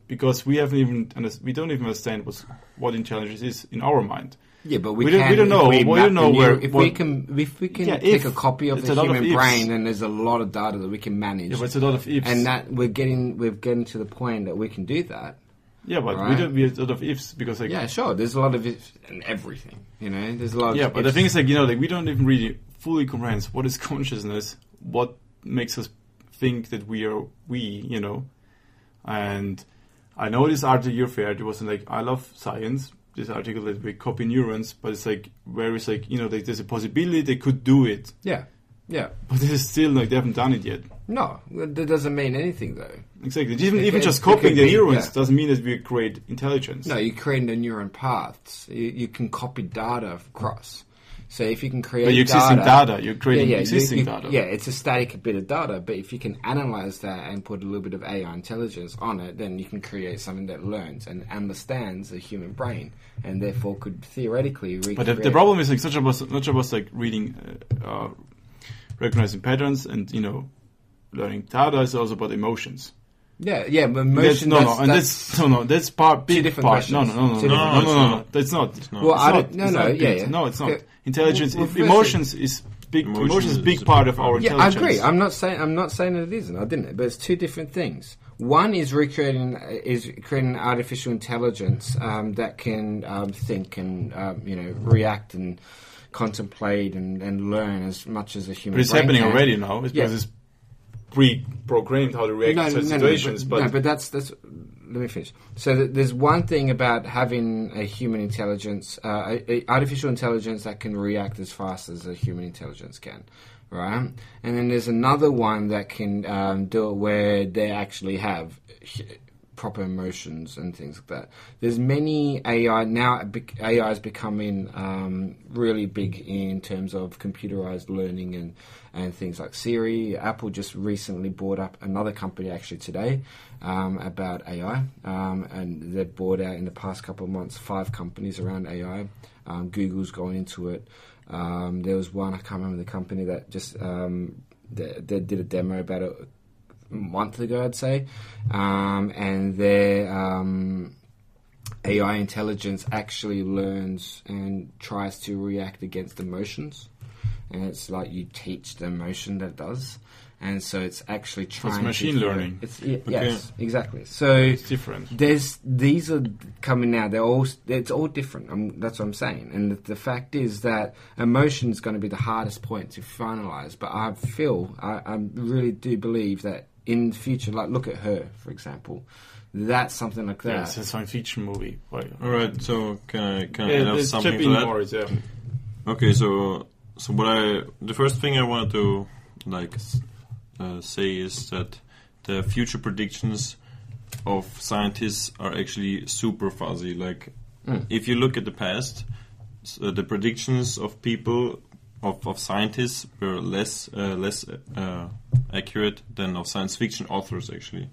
Speaker 3: because we haven't even under- we don't even understand what's, what intelligence is in our mind.
Speaker 5: Yeah, but we,
Speaker 3: We don't-
Speaker 5: can,
Speaker 3: we don't
Speaker 5: if
Speaker 3: know-
Speaker 5: We
Speaker 3: we
Speaker 5: map
Speaker 3: don't
Speaker 5: the
Speaker 3: know where-
Speaker 5: neuro- if
Speaker 3: what-
Speaker 5: we can, if we can
Speaker 3: Yeah,
Speaker 5: take
Speaker 3: if.
Speaker 5: a copy of
Speaker 3: It's
Speaker 5: the
Speaker 3: a lot of
Speaker 5: human
Speaker 3: ifs.
Speaker 5: brain, then there's a lot of data that we can manage.
Speaker 3: Yeah, but it's a lot of ifs.
Speaker 5: and that we're getting, we're getting to the point that we can do that.
Speaker 3: Yeah, but we
Speaker 5: Right.
Speaker 3: don't. We have a lot of ifs because like
Speaker 5: Yeah, sure. There's a lot of it and everything. You know, there's a lot.
Speaker 3: yeah
Speaker 5: of
Speaker 3: but the thing is like you know like we don't even really fully comprehend what is consciousness what makes us think that we are we you know and i know this article you're fair it wasn't like i love science this article that we copy neurons but it's like where it's like you know like, there's a possibility they could do it
Speaker 5: yeah, yeah.
Speaker 3: but it's still like they haven't done it yet
Speaker 5: No, that doesn't mean anything though.
Speaker 3: exactly even,
Speaker 5: It-
Speaker 3: even
Speaker 5: it-
Speaker 3: just
Speaker 5: it could
Speaker 3: copying the
Speaker 5: be,
Speaker 3: neurons
Speaker 5: yeah.
Speaker 3: doesn't mean that we create intelligence
Speaker 5: No, you create the neuron paths. You, you can copy data across. So if you can create
Speaker 3: but you're
Speaker 5: data,
Speaker 3: existing data, you're creating
Speaker 5: you-
Speaker 3: existing
Speaker 5: you-
Speaker 3: data
Speaker 5: Yeah, it's a static bit of data, but if you can analyze that and put a little bit of AI intelligence on it, then you can create something that learns and understands the human brain, and therefore could theoretically.
Speaker 3: But the, the problem is like such about such about like reading, uh, uh, recognizing patterns, and you know, learning data is also about emotions.
Speaker 5: yeah, yeah, but
Speaker 3: That's-
Speaker 5: motion.
Speaker 3: no,
Speaker 5: that's,
Speaker 3: no, and that's, no, no, that's part big
Speaker 5: different
Speaker 3: part. No, no,
Speaker 5: questions.
Speaker 3: no, no,
Speaker 5: Two
Speaker 3: no,
Speaker 5: different
Speaker 3: no, no, no, no,
Speaker 4: questions.
Speaker 3: that's not. It's
Speaker 4: no.
Speaker 5: Well, I
Speaker 3: not-
Speaker 5: don't- no,
Speaker 3: it's
Speaker 5: no,
Speaker 3: not
Speaker 5: yeah,
Speaker 3: big.
Speaker 5: yeah.
Speaker 3: no, it's not.
Speaker 5: Okay.
Speaker 3: Intelligence,
Speaker 5: Well,
Speaker 3: if-
Speaker 5: firstly-
Speaker 3: emotions is big.
Speaker 4: Emotion
Speaker 3: Emotions is a
Speaker 4: is
Speaker 3: big
Speaker 4: a
Speaker 3: part
Speaker 4: big
Speaker 3: of our
Speaker 4: part.
Speaker 5: Yeah, I
Speaker 3: intelligence.
Speaker 5: agree. I'm not saying I'm not saying it isn't. I didn't. But it's two different things. One is recreating is creating artificial intelligence um, that can um, think and um, you know react and contemplate and, and learn as much as a human.
Speaker 3: but it's
Speaker 5: brain
Speaker 3: happening
Speaker 5: can.
Speaker 3: already now. It's
Speaker 5: Yeah.
Speaker 3: because it's pre-programmed how to react to such situations.
Speaker 5: but, no, but that's that's. Let me finish. So th- there's one thing about having a human intelligence, uh, a, a artificial intelligence that can react as fast as a human intelligence can, right? And then there's another one that can um, do it where they actually have. hu- Proper emotions and things like that. There's many AI now. bec- AI is becoming um, really big in terms of computerized learning and and things like Siri. Apple just recently bought up another company actually today um, about AI, um, and they've bought out in the past couple of months five companies around AI. Um, Google's gone into it. Um, there was one I can't remember the company that just um, they, they did a demo about it a month ago, I'd say, um, and their um, AI intelligence actually learns and tries to react against emotions. And it's like you teach the emotion that it does, and so it's actually trying. to-
Speaker 3: machine learning.
Speaker 5: It's, y- Yes, exactly. So
Speaker 3: it's different.
Speaker 5: there's these are coming now. They're all it's all different. Um that's what I'm saying. And the, the fact is that emotion is going to be the hardest point to finalize. But I feel I, I really do believe that in the future, like look at her for example, that's something like that.
Speaker 3: Yeah, it's a science fiction movie. Right.
Speaker 4: All right. So can I can I
Speaker 3: Yeah,
Speaker 4: add up
Speaker 3: let's
Speaker 4: something
Speaker 3: chip
Speaker 4: to
Speaker 3: in
Speaker 4: that?
Speaker 3: more, yeah.
Speaker 4: Okay, so so what I the first thing I wanted to like s- uh, say is that the future predictions of scientists are actually super fuzzy. Like if you look at the past, s- uh, the predictions of people of, of scientists were less uh, less uh, accurate than of science fiction authors actually.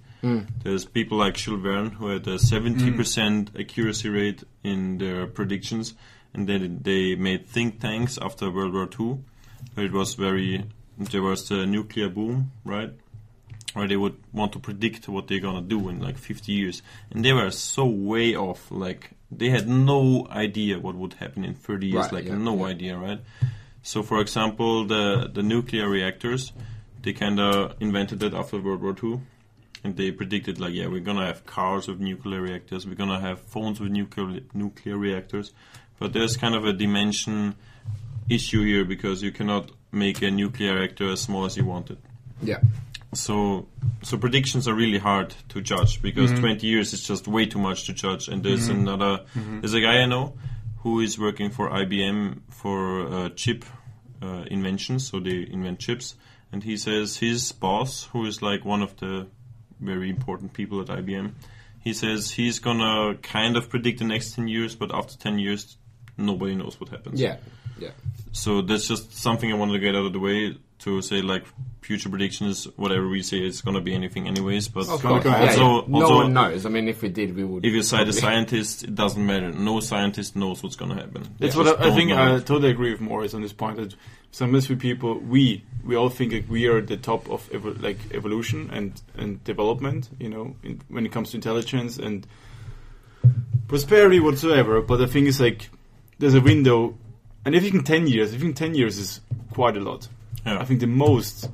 Speaker 4: There's people like Jules Verne who had a 70% accuracy rate in their predictions, and then they made think tanks after World War II. Where it was very there was the nuclear boom, right? Where they would want to predict what they're gonna do in like 50 years, and they were so way off. Like they had no idea what would happen in 30 years.
Speaker 5: Right,
Speaker 4: like
Speaker 5: yeah,
Speaker 4: no
Speaker 5: yeah.
Speaker 4: idea, right? So, for example, the the nuclear reactors, they kind of invented that after World War II, and they predicted like, yeah, we're gonna have cars with nuclear reactors, we're gonna have phones with nuclear nuclear reactors, but there's kind of a dimension issue here because you cannot make a nuclear reactor as small as you want it.
Speaker 5: yeah,
Speaker 4: So, so predictions are really hard to judge because 20 years is just way too much to judge. And there's another, there's a guy I know who is working for IBM for uh, chip uh, inventions. So they invent chips, and he says his boss, who is like one of the very important people at IBM, he says he's gonna kind of predict the next 10 years, but after 10 years, nobody knows what happens.
Speaker 5: yeah, yeah.
Speaker 4: So that's just something I wanted to get out of the way to say like future predictions, whatever we say, it's gonna be anything anyways. But
Speaker 5: Of
Speaker 3: gonna
Speaker 5: course,
Speaker 3: go
Speaker 5: yeah,
Speaker 3: ahead.
Speaker 5: yeah.
Speaker 4: Also-
Speaker 5: no
Speaker 4: also-
Speaker 5: one knows. I mean, if we did, we would.
Speaker 4: if you cite a
Speaker 5: probably-
Speaker 4: scientist, it doesn't matter. No scientist knows what's gonna happen.
Speaker 3: That's
Speaker 4: They
Speaker 3: what
Speaker 4: just
Speaker 3: I, I
Speaker 4: don't
Speaker 3: think. uh,
Speaker 4: know.
Speaker 3: I totally agree with Morris on this point. That sometimes we people, we we all think like we are the top of evo- like evolution and and development. You know, in, when it comes to intelligence and prosperity whatsoever. But the thing is, like, there's a window, and if you can ten years, I think ten years is quite a lot.
Speaker 4: Yeah.
Speaker 3: I think the most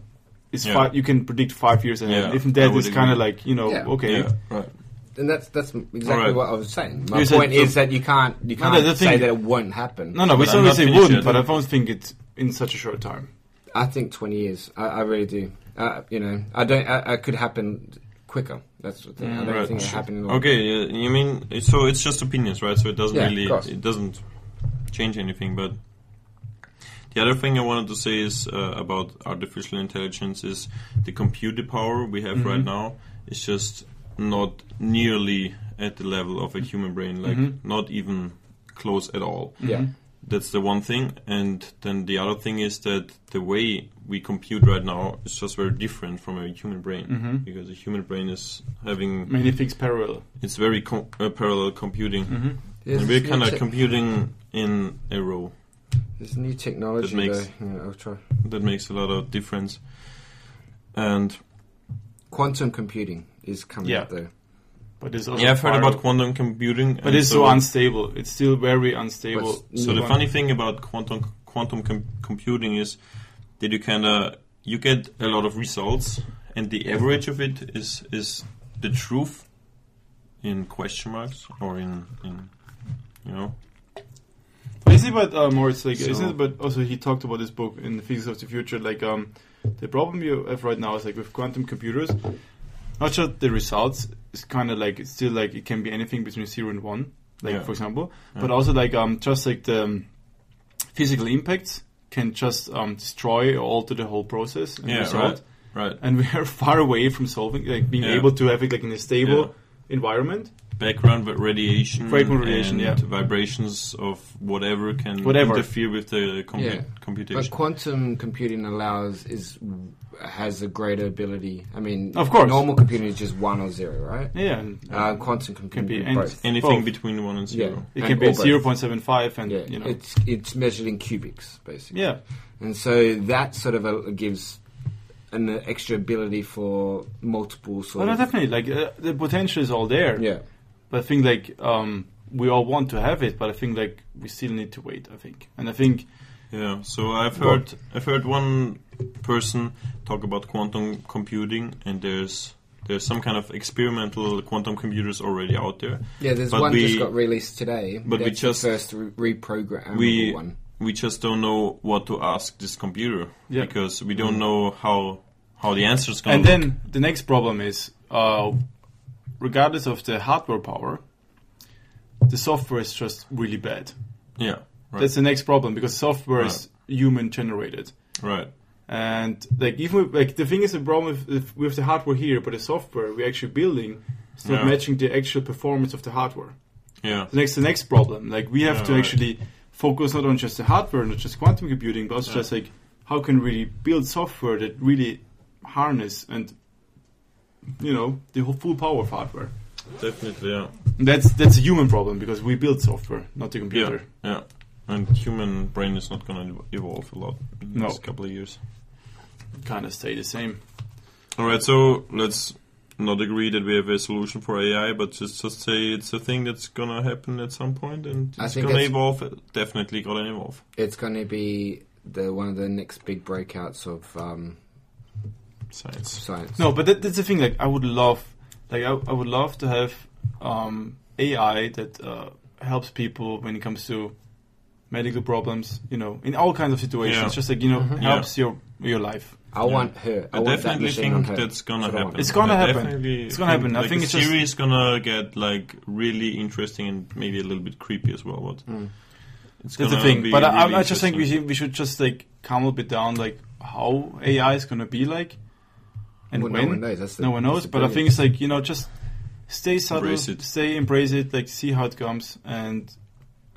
Speaker 3: is
Speaker 4: Yeah.
Speaker 3: five. You can predict five years ahead.
Speaker 4: Yeah,
Speaker 3: Even that
Speaker 4: I would
Speaker 3: is kind of
Speaker 4: agree.
Speaker 3: like you know
Speaker 5: Yeah.
Speaker 3: okay.
Speaker 4: Yeah, right.
Speaker 5: and that's that's exactly
Speaker 3: Alright.
Speaker 5: what I was saying. My
Speaker 3: You said
Speaker 5: point
Speaker 3: the-
Speaker 5: is that you can't you
Speaker 3: No, no,
Speaker 5: can't
Speaker 3: the
Speaker 5: say
Speaker 3: thing-
Speaker 5: that it won't happen.
Speaker 3: No, no, we
Speaker 4: But I'm
Speaker 3: always
Speaker 4: not
Speaker 3: say
Speaker 4: finished
Speaker 3: wouldn't,
Speaker 4: yet.
Speaker 3: but I don't think it's in such a short time.
Speaker 5: I think twenty years. I, I really do. Uh, you know, I don't. I, I could happen quicker. That's the
Speaker 3: Mm.
Speaker 5: thing. I don't
Speaker 4: Right.
Speaker 5: think it happened.
Speaker 4: Okay, uh, you mean so it's just opinions, right? So it doesn't
Speaker 5: Yeah, of
Speaker 4: really
Speaker 5: course.
Speaker 4: it doesn't change anything. But the other thing I wanted to say is uh, about artificial intelligence is the computer power we have right now is just not nearly at the level of a human brain, like not even close at all.
Speaker 5: Yeah.
Speaker 3: Mm-hmm.
Speaker 4: That's the one thing, and then the other thing is that the way we compute right now is just very different from a human brain
Speaker 3: Mhm.
Speaker 4: because a human brain is having
Speaker 3: Many things parallel.
Speaker 4: it's very com- uh, parallel computing.
Speaker 3: Mm.
Speaker 5: There's
Speaker 4: And we're
Speaker 5: new
Speaker 4: kind of
Speaker 5: tech-
Speaker 4: computing in a row.
Speaker 5: there's new technology.
Speaker 4: makes-
Speaker 5: though. Yeah, I'll try
Speaker 4: That makes a lot of difference. And
Speaker 5: quantum computing is coming
Speaker 3: Yeah.
Speaker 5: up though.
Speaker 3: But it's also
Speaker 4: yeah, I've heard
Speaker 3: parallel.
Speaker 4: about quantum computing.
Speaker 3: But it's so Mm. unstable. It's still very unstable.
Speaker 5: But-
Speaker 4: so the funny thing about quantum quantum com- computing is that you kind of you get a lot of results, and the average of it is is the truth in question marks or in in you know
Speaker 3: Is it but uh, Moritz like
Speaker 4: So-
Speaker 3: isn't it but also he talked about this book in the physics of the future like um the problem you have right now is like with quantum computers not just the results it's kind of like it's still like it can be anything between 0 and 1 like
Speaker 4: Yeah.
Speaker 3: for example
Speaker 4: Yeah.
Speaker 3: but also like um just like the um, physical impacts can just um, destroy or alter the whole process and
Speaker 4: Yeah,
Speaker 3: result
Speaker 4: right
Speaker 3: and we are far away from solving like being
Speaker 4: Yeah.
Speaker 3: able to have it like in a stable environment
Speaker 4: background with radiation,
Speaker 3: Background Mm. radiation,
Speaker 4: and
Speaker 3: yeah.
Speaker 4: vibrations of whatever can
Speaker 3: Whatever.
Speaker 4: interfere with the compu-
Speaker 5: Yeah. But
Speaker 4: computation.
Speaker 5: quantum computing allows is has a greater ability. I mean,
Speaker 3: Of course.
Speaker 5: normal computing is just one or zero, right?
Speaker 3: yeah
Speaker 5: Uh, quantum computing
Speaker 3: be
Speaker 5: can
Speaker 3: any-
Speaker 5: both.
Speaker 4: Anything
Speaker 3: both.
Speaker 4: between one and zero.
Speaker 3: it
Speaker 5: and
Speaker 3: can be
Speaker 5: or both.
Speaker 3: 0.75 and
Speaker 5: Yeah,
Speaker 3: you know
Speaker 5: it's it's measured in cubics basically.
Speaker 3: yeah
Speaker 5: and so that sort of a, gives an extra ability for multiple
Speaker 3: Well,
Speaker 5: sort
Speaker 3: no,
Speaker 5: of.
Speaker 3: definitely. Like uh, the potential is all there.
Speaker 5: Yeah,
Speaker 3: But I think like um, we all want to have it, but I think like we still need to wait. I think, and I think
Speaker 4: Yeah. So I've heard I've heard one person talk about quantum computing, and there's there's some kind of experimental quantum computers already out there.
Speaker 5: yeah. There's
Speaker 4: But
Speaker 5: one
Speaker 4: we-
Speaker 5: just got released today.
Speaker 4: but we
Speaker 5: That's the
Speaker 4: just-
Speaker 5: first re- reprogrammable
Speaker 4: we
Speaker 5: one.
Speaker 4: we just don't know what to ask this computer
Speaker 3: Yeah.
Speaker 4: because we don't know how how the answer's going.
Speaker 3: and then the next problem is, uh, regardless of the hardware power, the software is just really bad.
Speaker 4: yeah, right,
Speaker 3: That's the next problem because software is human generated.
Speaker 4: right.
Speaker 3: And like even with- like the thing is the problem with, with, with the hardware here, but the software we're actually building is not
Speaker 4: Yeah.
Speaker 3: matching the actual performance of the hardware.
Speaker 4: Yeah,
Speaker 3: the next the next problem. Like we have
Speaker 4: Yeah,
Speaker 3: to
Speaker 4: right.
Speaker 3: actually focus not on just the hardware, not just quantum computing, but also
Speaker 4: Yeah.
Speaker 3: just like how can we really build software that really harness and you know the whole full power of hardware.
Speaker 4: definitely. Yeah.
Speaker 3: And that's that's a human problem because we build software, not the
Speaker 4: Yeah,
Speaker 3: computer.
Speaker 4: yeah. And human brain is not going to evolve a lot in the
Speaker 3: No.
Speaker 4: next couple of years.
Speaker 3: Kind of stay the same.
Speaker 4: All right, so let's not agree that we have a solution for AI, but just just say it's a thing that's going to happen at some point, and
Speaker 5: I
Speaker 4: it's
Speaker 5: think
Speaker 4: going to
Speaker 5: it's-
Speaker 4: evolve. Definitely going to evolve.
Speaker 5: It's going to be the one of the next big breakouts of um,
Speaker 4: Science.
Speaker 5: science.
Speaker 3: No, but that, that's the thing. Like I would love, like I, I would love to have um, AI that uh, helps people when it comes to medical problems. You know, in all kinds of situations,
Speaker 4: Yeah. Mm-hmm.
Speaker 3: just like you know,
Speaker 5: Mhm.
Speaker 3: helps your your life.
Speaker 5: I want her. I,
Speaker 4: I,
Speaker 5: want that
Speaker 4: definitely
Speaker 5: machine on
Speaker 4: think
Speaker 5: her.
Speaker 4: that's gonna
Speaker 5: That's what I want.
Speaker 4: happen.
Speaker 3: It's gonna
Speaker 4: I
Speaker 3: happen.
Speaker 4: definitely
Speaker 3: It's gonna happen. I
Speaker 4: Like,
Speaker 3: think
Speaker 4: the
Speaker 3: it's just-
Speaker 4: series is gonna get like really interesting and maybe a little bit creepy as well. But
Speaker 5: Mm.
Speaker 4: it's
Speaker 3: That's the
Speaker 4: gonna
Speaker 3: thing.
Speaker 4: be
Speaker 3: But I,
Speaker 4: really
Speaker 3: I, I just think we
Speaker 4: interesting.
Speaker 3: should, we should just like calm a bit down, like how AI is gonna be like, and
Speaker 5: Well,
Speaker 3: when.
Speaker 5: no one knows. That's the,
Speaker 3: No one
Speaker 5: that's
Speaker 3: knows.
Speaker 5: the
Speaker 3: But I think
Speaker 5: brilliance.
Speaker 3: it's like you know, just stay subtle,
Speaker 4: Embrace it.
Speaker 3: stay embrace it, like see how it comes, and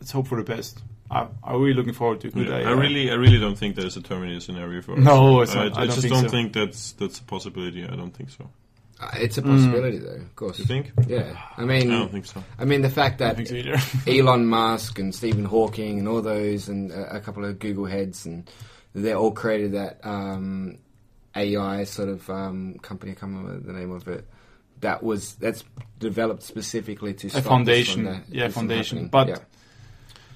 Speaker 3: let's hope for the best. I, I'm really looking forward to good
Speaker 4: Yeah,
Speaker 3: AI.
Speaker 4: I really, I really don't think there's a Terminator scenario for us.
Speaker 3: No, it's
Speaker 4: I,
Speaker 3: not. I don't
Speaker 4: I just
Speaker 3: think
Speaker 4: don't
Speaker 3: so.
Speaker 4: think that's that's a possibility. I don't think so.
Speaker 5: Uh, it's a possibility though. Of course.
Speaker 4: You think?
Speaker 5: Yeah. I
Speaker 4: Mm. I
Speaker 5: mean,
Speaker 4: don't think so.
Speaker 5: I mean the fact
Speaker 3: I
Speaker 5: that
Speaker 3: think so either.
Speaker 5: Elon Musk and Stephen Hawking and all those, and a, a couple of Google heads, and they all created that um, AI sort of um, company. I can't remember the name of it. That was that's developed specifically to stop this from
Speaker 3: foundation.
Speaker 5: that-
Speaker 3: Yeah,
Speaker 5: this from
Speaker 3: foundation.
Speaker 5: happening.
Speaker 3: But-
Speaker 5: yeah.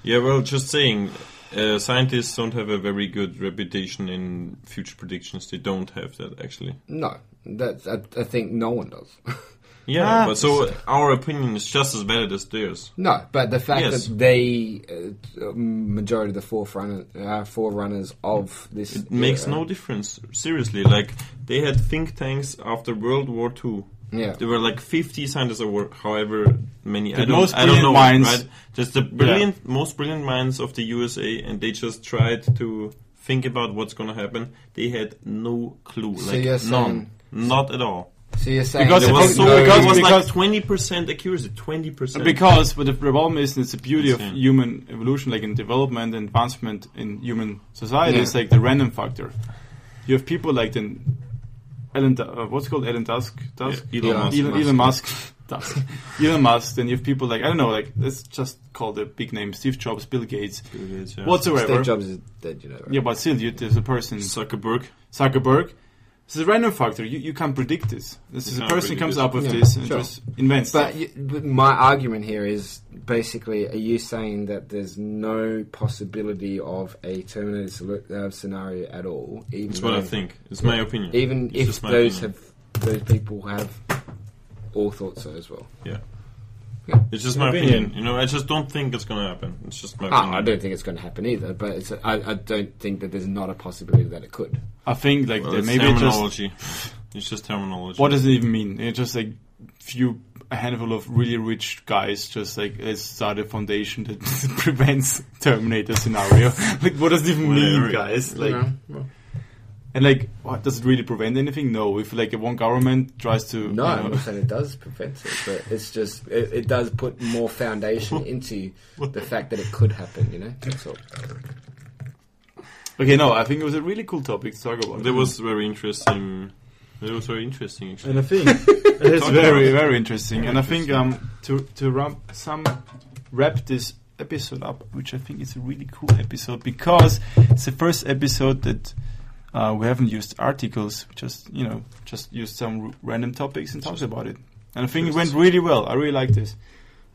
Speaker 4: Yeah, well, just saying, uh, scientists don't have a very good reputation in future predictions. They don't have that actually.
Speaker 5: no, that's I, I think no one does.
Speaker 4: Yeah,
Speaker 3: Ah.
Speaker 4: but so our opinion is just as valid as theirs.
Speaker 5: No, but the fact
Speaker 4: Yes.
Speaker 5: that they, uh, majority of the forerunner, uh, forerunners of this,
Speaker 4: It makes no difference. Seriously, like they had think tanks after World War Two.
Speaker 5: Yeah.
Speaker 4: There were like 50 scientists or however many. I
Speaker 3: The
Speaker 4: don't,
Speaker 3: most
Speaker 4: I don't know,
Speaker 3: brilliant minds-
Speaker 4: right? Just the brilliant, most brilliant minds of the USA, and they just tried to think about what's going to happen. They had no clue,
Speaker 5: So
Speaker 4: like
Speaker 5: you're saying-
Speaker 4: none, not at all.
Speaker 5: So you're saying
Speaker 3: Because
Speaker 4: It
Speaker 3: it
Speaker 4: was
Speaker 3: was-
Speaker 4: so
Speaker 3: because-
Speaker 4: it was
Speaker 3: because-
Speaker 4: like 20 percent accuracy, 20 percent.
Speaker 3: Because but the problem is, and it's the beauty of
Speaker 4: Insane.
Speaker 3: human evolution, like in development and advancement in human society, is like the random factor. You have people like the Elon, Du- uh, what's it called Elon Tusk, Tusk,
Speaker 4: Elon Yeah. Musk.
Speaker 3: Elon, Elon Musk, Tusk, Elon Musk. Then you have people like I don't know, like let's just call the big name Steve Jobs, Bill Gates, whatsoever.
Speaker 5: Steve Jobs is dead, you know. Right?
Speaker 3: Yeah, but still, you, there's a person
Speaker 4: Zuckerberg?
Speaker 3: Zuckerberg. This is a random factor. You, you can't predict this. This is a
Speaker 4: can't
Speaker 3: person
Speaker 4: predict
Speaker 3: comes
Speaker 4: it.
Speaker 3: up with
Speaker 5: Yeah,
Speaker 3: this and
Speaker 5: sure.
Speaker 3: just invents.
Speaker 5: But, you, but my argument here is basically: Are you saying that there's no possibility of a Terminator solu- uh, scenario at all? Even
Speaker 4: That's what I
Speaker 5: though-
Speaker 4: think. It's my opinion.
Speaker 5: Even
Speaker 4: It's
Speaker 5: if
Speaker 4: just my
Speaker 5: those
Speaker 4: opinion.
Speaker 5: have those people have all thought so as well.
Speaker 4: It's just my
Speaker 6: Opinion.
Speaker 4: opinion. You know, I just don't think it's gonna happen. It's just my
Speaker 5: Ah,
Speaker 4: opinion.
Speaker 5: I don't think it's going to happen either, but it's, I, I don't think that there's not a possibility that it could.
Speaker 3: I think like
Speaker 4: Well,
Speaker 3: that
Speaker 4: it's
Speaker 3: maybe it just
Speaker 4: terminology. it's just terminology.
Speaker 3: what does it even mean? It's just like few a handful of really rich guys just like let's start a foundation that prevents Terminator scenario. like what does it even mean,
Speaker 4: Whatever.
Speaker 3: guys? Like
Speaker 5: You know?
Speaker 3: and like what does it really prevent anything? No. If like one government tries to
Speaker 5: No,
Speaker 3: you
Speaker 5: I'm
Speaker 3: know-
Speaker 5: not saying it does prevent it, but it's just it, it does put more foundation into the fact that it could happen. You know, that's all.
Speaker 3: Okay, no, I think it was a really cool topic to talk about.
Speaker 4: That was very interesting. That was very interesting, actually.
Speaker 6: And I think it's
Speaker 3: It's
Speaker 4: Talk
Speaker 3: very,
Speaker 4: about it.
Speaker 3: very interesting. And I think
Speaker 4: Interesting.
Speaker 3: um, to to ram- some wrap this episode up, which I think is a really cool episode because it's the first episode that uh, we haven't used articles. We Just you know, just used some r- random topics and talked about it. And I think it went really well. I really like this.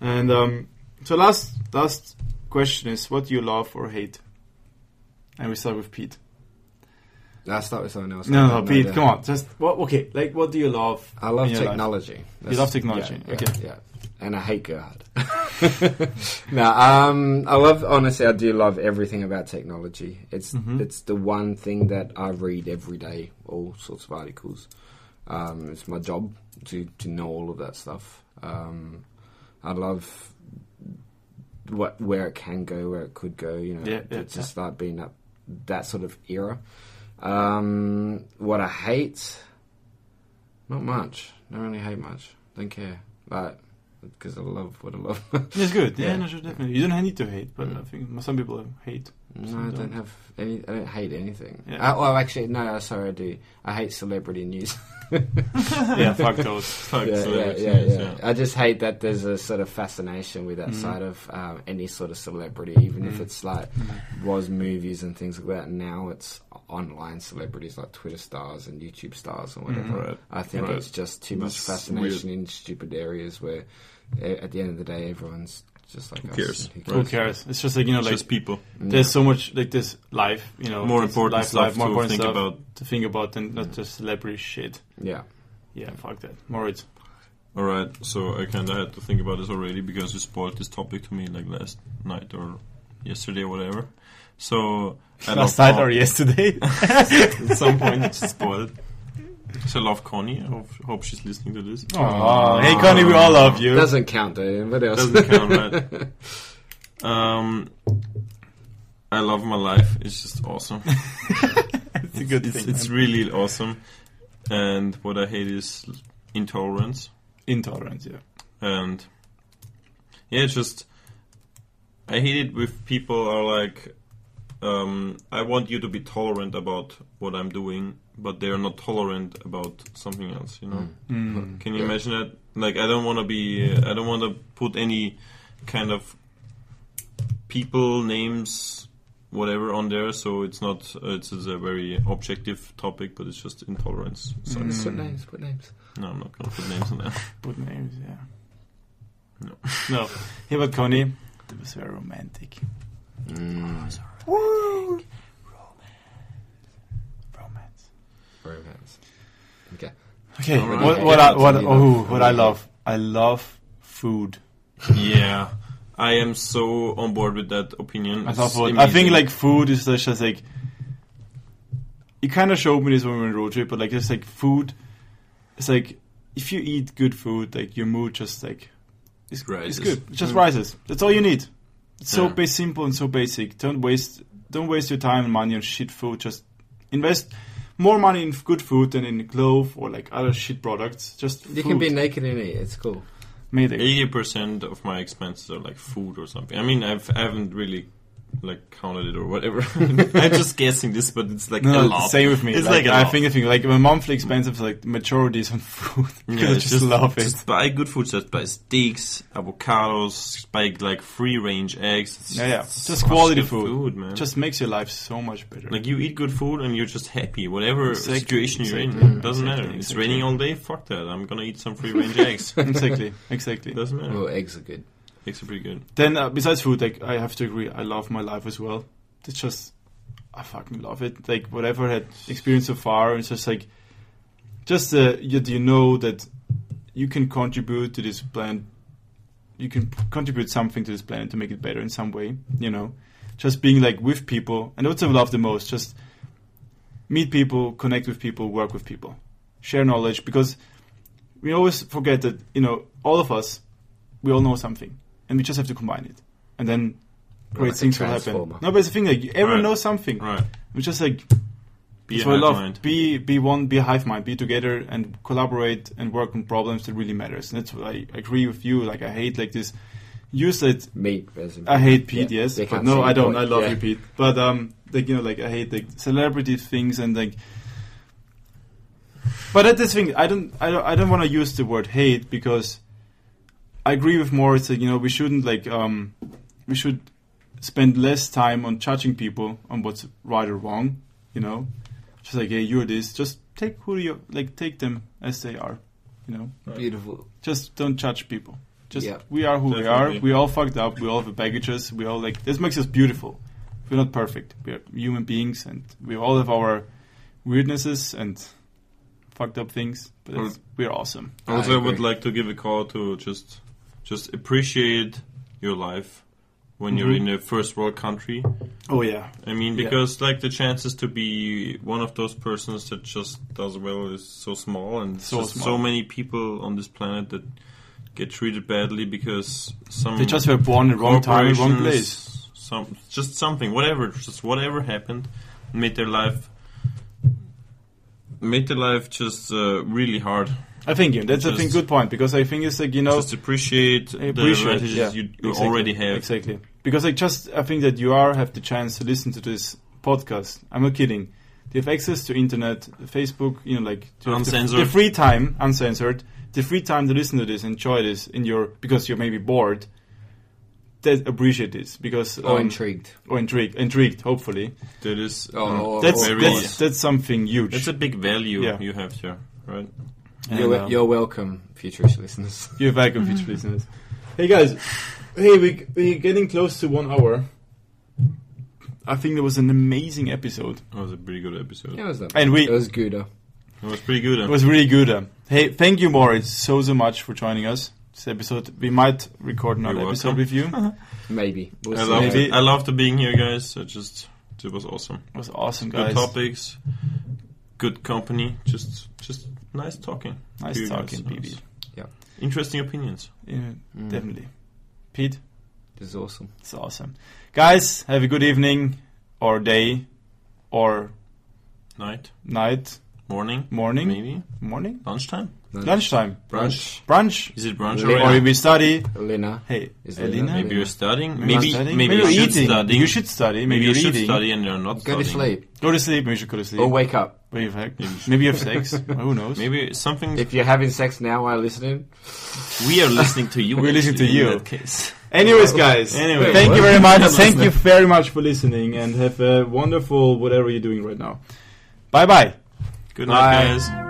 Speaker 3: And um, so last last question is, what do you love or hate? And we start with Pete.
Speaker 5: No, I'll start with someone else.
Speaker 3: No,
Speaker 5: I
Speaker 3: no,
Speaker 5: don't know
Speaker 3: Pete,
Speaker 5: that.
Speaker 3: come on. Just what? Okay, like what do you love?
Speaker 5: I love
Speaker 3: in your life?
Speaker 5: technology.
Speaker 3: You love technology.
Speaker 5: yeah,
Speaker 3: okay.
Speaker 5: Yeah, and I hate Gerhard. no, um, I love. Honestly, I do love everything about technology. It's
Speaker 3: Mm-hmm.
Speaker 5: it's the one thing that I read every day. All sorts of articles. Um, it's my job to to know all of that stuff. Um, I love what where it can go, where it could go. You know,
Speaker 3: Yeah, yeah,
Speaker 5: to, to start being up that sort of era. Um, what I hate, not much. Don't really hate much. Don't care. But because I love what I love.
Speaker 3: It's good. Yeah, Mm.
Speaker 5: Yeah.
Speaker 3: no, sure, definitely. You don't need to hate, but I think some people hate.
Speaker 5: no, I
Speaker 3: Some
Speaker 5: don't have any. I don't hate anything.
Speaker 3: Yeah.
Speaker 5: Uh, oh, actually, no. Sorry, I do. I hate celebrity news.
Speaker 3: yeah, fuck those.
Speaker 4: Fuck,
Speaker 5: yeah,
Speaker 4: so
Speaker 5: yeah,
Speaker 4: it's
Speaker 5: yeah,
Speaker 4: nice,
Speaker 5: yeah. I just hate that there's a sort of fascination with that
Speaker 4: Mm.
Speaker 5: side of um, any sort of celebrity, even if it's like
Speaker 3: Mm-hmm.
Speaker 5: was movies and things like that. Now it's online celebrities like Twitter stars and YouTube stars and whatever.
Speaker 4: Right.
Speaker 5: I think
Speaker 4: Mm. Right.
Speaker 5: it's just too much
Speaker 4: It's
Speaker 5: fascination in stupid areas where, uh, at the end of the day, everyone's just like us Mm.
Speaker 4: cares?
Speaker 5: and
Speaker 3: Who cares? It's just like you know,
Speaker 4: It's
Speaker 3: like
Speaker 4: just people.
Speaker 3: there's so much like this life. You know,
Speaker 4: More
Speaker 3: this
Speaker 4: important
Speaker 3: life,
Speaker 4: stuff
Speaker 3: life, more
Speaker 4: to
Speaker 3: important
Speaker 4: think
Speaker 3: stuff
Speaker 4: about.
Speaker 3: to think about, and not just celebrity shit.
Speaker 5: Yeah.
Speaker 3: Yeah, fuck that. Moritz.
Speaker 4: All right, so I kind of had to think about this already because you spoiled this topic to me like last night or yesterday or whatever. So I
Speaker 3: Last
Speaker 4: love
Speaker 3: night or yesterday?
Speaker 4: at some point it's spoiled. So I love Connie. I hope, hope she's listening to this.
Speaker 3: Aw, hey, Connie, we all love you.
Speaker 5: Doesn't count, though. What else?
Speaker 4: doesn't count, right? Um, I love my life. It's just awesome.
Speaker 3: it's a good
Speaker 4: It's,
Speaker 3: thing.
Speaker 4: it's really awesome. And what I hate is intolerance.
Speaker 3: intolerance. Yeah.
Speaker 4: And yeah, it's just I hate it with people are like, um, I want you to be tolerant about what I'm doing, but they're not tolerant about something else. You know.
Speaker 5: Mm.
Speaker 3: Mm.
Speaker 4: Can you
Speaker 5: Yeah.
Speaker 4: imagine that? Like, I don't want to be. I don't want to put any kind of people names, whatever, on there. So it's not. Uh, it's, it's a very objective topic, but it's just intolerance. So
Speaker 5: Put names, put names.
Speaker 4: no, I'm not gonna put names on there.
Speaker 3: Put names. Yeah.
Speaker 4: No.
Speaker 3: No. Hey, but Connie, it was very romantic.
Speaker 4: Mm.
Speaker 5: Oh,
Speaker 3: Romance.
Speaker 5: Romance. Okay.
Speaker 3: Okay,
Speaker 5: All right.
Speaker 3: what what I, what oh what I love I love food.
Speaker 4: yeah, I am so on board with that opinion.
Speaker 3: I
Speaker 4: Mm, It's
Speaker 3: love food. I
Speaker 4: amazing.
Speaker 3: think like food is just, just like you kind of showed me this when we were on road trip, but like it's like food. It's like if you eat good food, like your mood just like is
Speaker 4: Rises.
Speaker 3: It's good. It just
Speaker 4: Mm.
Speaker 3: rises. That's all you need. It's so
Speaker 4: Yeah.
Speaker 3: ba- simple and so basic. Don't waste don't waste your time and money on shit food. Just invest more money in good food than in clothes or like other shit products. Just
Speaker 5: You can be
Speaker 3: food.
Speaker 5: naked and eat. It's cool.
Speaker 3: made it.
Speaker 4: eighty percent of my expenses are like food or something. I mean, I've, I haven't really like counted it or whatever. I'm just guessing this, but it's like a
Speaker 3: No, no
Speaker 4: lot.
Speaker 3: same with me.
Speaker 4: It's
Speaker 3: like,
Speaker 4: like a
Speaker 3: I
Speaker 4: lot.
Speaker 3: think the thing, like my monthly expenses, like majority is on food. 'Cause I
Speaker 4: it's
Speaker 3: just, love it.
Speaker 4: Just buy good food. Just buy steaks, avocados, buy like free range eggs. It's
Speaker 3: yeah, yeah,
Speaker 4: such
Speaker 3: just quality
Speaker 4: good
Speaker 3: food.
Speaker 4: man.
Speaker 3: Just makes your life so much better.
Speaker 4: Like you eat good food and you're just happy, whatever
Speaker 3: Exactly,
Speaker 4: situation you're
Speaker 3: exactly,
Speaker 4: in.
Speaker 3: exactly,
Speaker 4: Doesn't matter. It's
Speaker 3: exactly.
Speaker 4: raining all day. Fuck that. I'm gonna eat some free range eggs.
Speaker 3: exactly, exactly.
Speaker 4: Doesn't matter.
Speaker 5: Well, eggs are good.
Speaker 4: Eggs are pretty good.
Speaker 3: then uh, besides food, like I have to agree, I love my life as well. It's just I fucking love it. Like whatever I had experienced so far, it's just like just uh, you, you know that you can contribute to this planet. You can p- contribute something to this planet to make it better in some way. You know, just being like with people, and that's what I love the most. Just meet people, connect with people, work with people, share knowledge because we always forget that you know all of us we all know something and we just have to combine it and then great
Speaker 5: a
Speaker 3: things will happen
Speaker 5: transformer.
Speaker 3: no but it's the thing like everyone
Speaker 4: Right.
Speaker 3: knows something
Speaker 4: Right.
Speaker 3: we just like
Speaker 4: Be
Speaker 3: that's
Speaker 4: a
Speaker 3: what I
Speaker 4: hive
Speaker 3: love.
Speaker 4: mind.
Speaker 3: Be be one, be a hive mind, be together and collaborate and work on problems that really matters. And that's what I agree with you. Like I hate like this use that
Speaker 5: Meat. as in-
Speaker 3: I hate Pete,
Speaker 5: Yeah,
Speaker 3: yes.
Speaker 5: they
Speaker 3: But
Speaker 5: can't
Speaker 3: no,
Speaker 5: see
Speaker 3: I
Speaker 5: your
Speaker 3: don't.
Speaker 5: point.
Speaker 3: I love
Speaker 5: Yeah.
Speaker 3: you, Pete. But um, like you know, like I hate like celebrity things and like. But that's the thing. I don't. I don't. I don't want to use the word hate because I agree with Moritz that you know we shouldn't like um, we should spend less time on judging people on what's right or wrong. You know, just like hey, you're this. Just take who you like. Take them as they are. You know
Speaker 5: Beautiful.
Speaker 3: just don't judge people. Just
Speaker 5: Yeah.
Speaker 3: we are who we
Speaker 4: Definitely.
Speaker 3: are. We all fucked up. We all have baggages. We all like this makes us beautiful. We're not perfect. We're human beings, and we all have our weirdnesses and fucked up things. But it's, we're awesome.
Speaker 4: Also, I, would
Speaker 5: agree.
Speaker 4: like to give a call to just just appreciate your life when you're
Speaker 3: Mhm.
Speaker 4: in a first world country.
Speaker 3: Oh yeah,
Speaker 4: I mean,
Speaker 3: Yeah.
Speaker 4: because like the chances to be one of those persons that just does well is so small, and
Speaker 3: So
Speaker 4: so just
Speaker 3: small.
Speaker 4: so many people on this planet that get treated badly because some
Speaker 3: they just were born at wrong time, and wrong place.
Speaker 4: corporations, Some just something, whatever, just whatever happened, made their life made their life just uh, really hard.
Speaker 3: I think yeah, that's a
Speaker 4: Just-
Speaker 3: thing. Good point because I think it's like you know
Speaker 4: just appreciate, the
Speaker 3: Oh. appreciate
Speaker 4: advantages
Speaker 3: yeah,
Speaker 4: you
Speaker 3: exactly,
Speaker 4: already have.
Speaker 3: exactly because I just I think that you are have the chance to listen to this podcast. I'm not kidding. They have access to internet, Facebook, you know, like to have the-
Speaker 4: Uncensored.
Speaker 3: The, free time, uncensored, the free time to listen to this, enjoy this in your because you're maybe bored. That appreciate this because
Speaker 5: Or
Speaker 3: um,
Speaker 5: intrigued.
Speaker 3: or intrigued, intrigued, hopefully.
Speaker 4: That is
Speaker 5: Oh,
Speaker 4: um,
Speaker 5: oh,
Speaker 3: That's
Speaker 5: Very
Speaker 3: that's, that's something huge.
Speaker 4: that's a big value
Speaker 3: Yeah.
Speaker 4: you have here, right?
Speaker 3: And,
Speaker 5: you're,
Speaker 3: um,
Speaker 5: you're welcome, futurist listeners.
Speaker 3: You're back on future listeners. Hey guys, hey we we're getting close to one hour. I think that was an amazing episode.
Speaker 4: That was a pretty good episode.
Speaker 5: It was that.
Speaker 3: And we-
Speaker 5: It was Gouda.
Speaker 4: It was pretty good.
Speaker 3: It was really good. um. Hey, thank you, Moritz, so so much for joining us. This episode, we might record another
Speaker 4: You're
Speaker 3: episode
Speaker 4: welcome.
Speaker 3: with you. It
Speaker 5: Maybe. We'll
Speaker 4: I
Speaker 5: see.
Speaker 4: loved
Speaker 3: Maybe-
Speaker 4: it. I loved being here, guys. I just it was awesome.
Speaker 3: was awesome,
Speaker 4: Good
Speaker 3: guys.
Speaker 4: topics, good company. Just just nice talking.
Speaker 3: Nice
Speaker 4: to you guys.
Speaker 3: talking, BB.
Speaker 4: Interesting opinions.
Speaker 3: Yeah,
Speaker 5: Mm.
Speaker 3: Definitely, Pete.
Speaker 5: It was awesome.
Speaker 3: It's awesome, guys. Have a good evening, or day, or
Speaker 4: Night,
Speaker 3: night,
Speaker 4: morning,
Speaker 3: morning,
Speaker 4: maybe
Speaker 3: morning,
Speaker 4: lunchtime,
Speaker 3: lunchtime,
Speaker 4: brunch.
Speaker 3: brunch,
Speaker 4: Is it brunch
Speaker 5: Yeah.
Speaker 4: already?
Speaker 3: or if we study.
Speaker 5: Lena.
Speaker 3: Hey,
Speaker 5: Is there
Speaker 3: Elena.
Speaker 5: nothing?
Speaker 4: Maybe you're studying.
Speaker 3: You're
Speaker 4: Maybe
Speaker 3: studying?
Speaker 4: maybe
Speaker 3: you're
Speaker 4: you should
Speaker 3: eating.
Speaker 4: study.
Speaker 3: You should study. Maybe,
Speaker 4: Maybe you
Speaker 3: you're
Speaker 4: should
Speaker 3: eating.
Speaker 4: study and you're not
Speaker 5: Go to
Speaker 4: studying.
Speaker 5: sleep.
Speaker 3: Go to sleep. Maybe you should go to sleep.
Speaker 5: Or wake up.
Speaker 3: Maybe you have, maybe you have sex. Who knows?
Speaker 4: Oh, Maybe something
Speaker 5: If you're having sex now while listening,
Speaker 4: We are listening to you.
Speaker 3: We're listening to
Speaker 4: actually,
Speaker 3: you.
Speaker 4: In that case.
Speaker 3: Anyways, guys.
Speaker 4: Anyway.
Speaker 3: thank you very much.
Speaker 5: Well,
Speaker 3: Thank you very much for listening, and have a wonderful whatever you're doing right now. Bye bye.
Speaker 4: Good night,
Speaker 5: Bye.
Speaker 4: guys.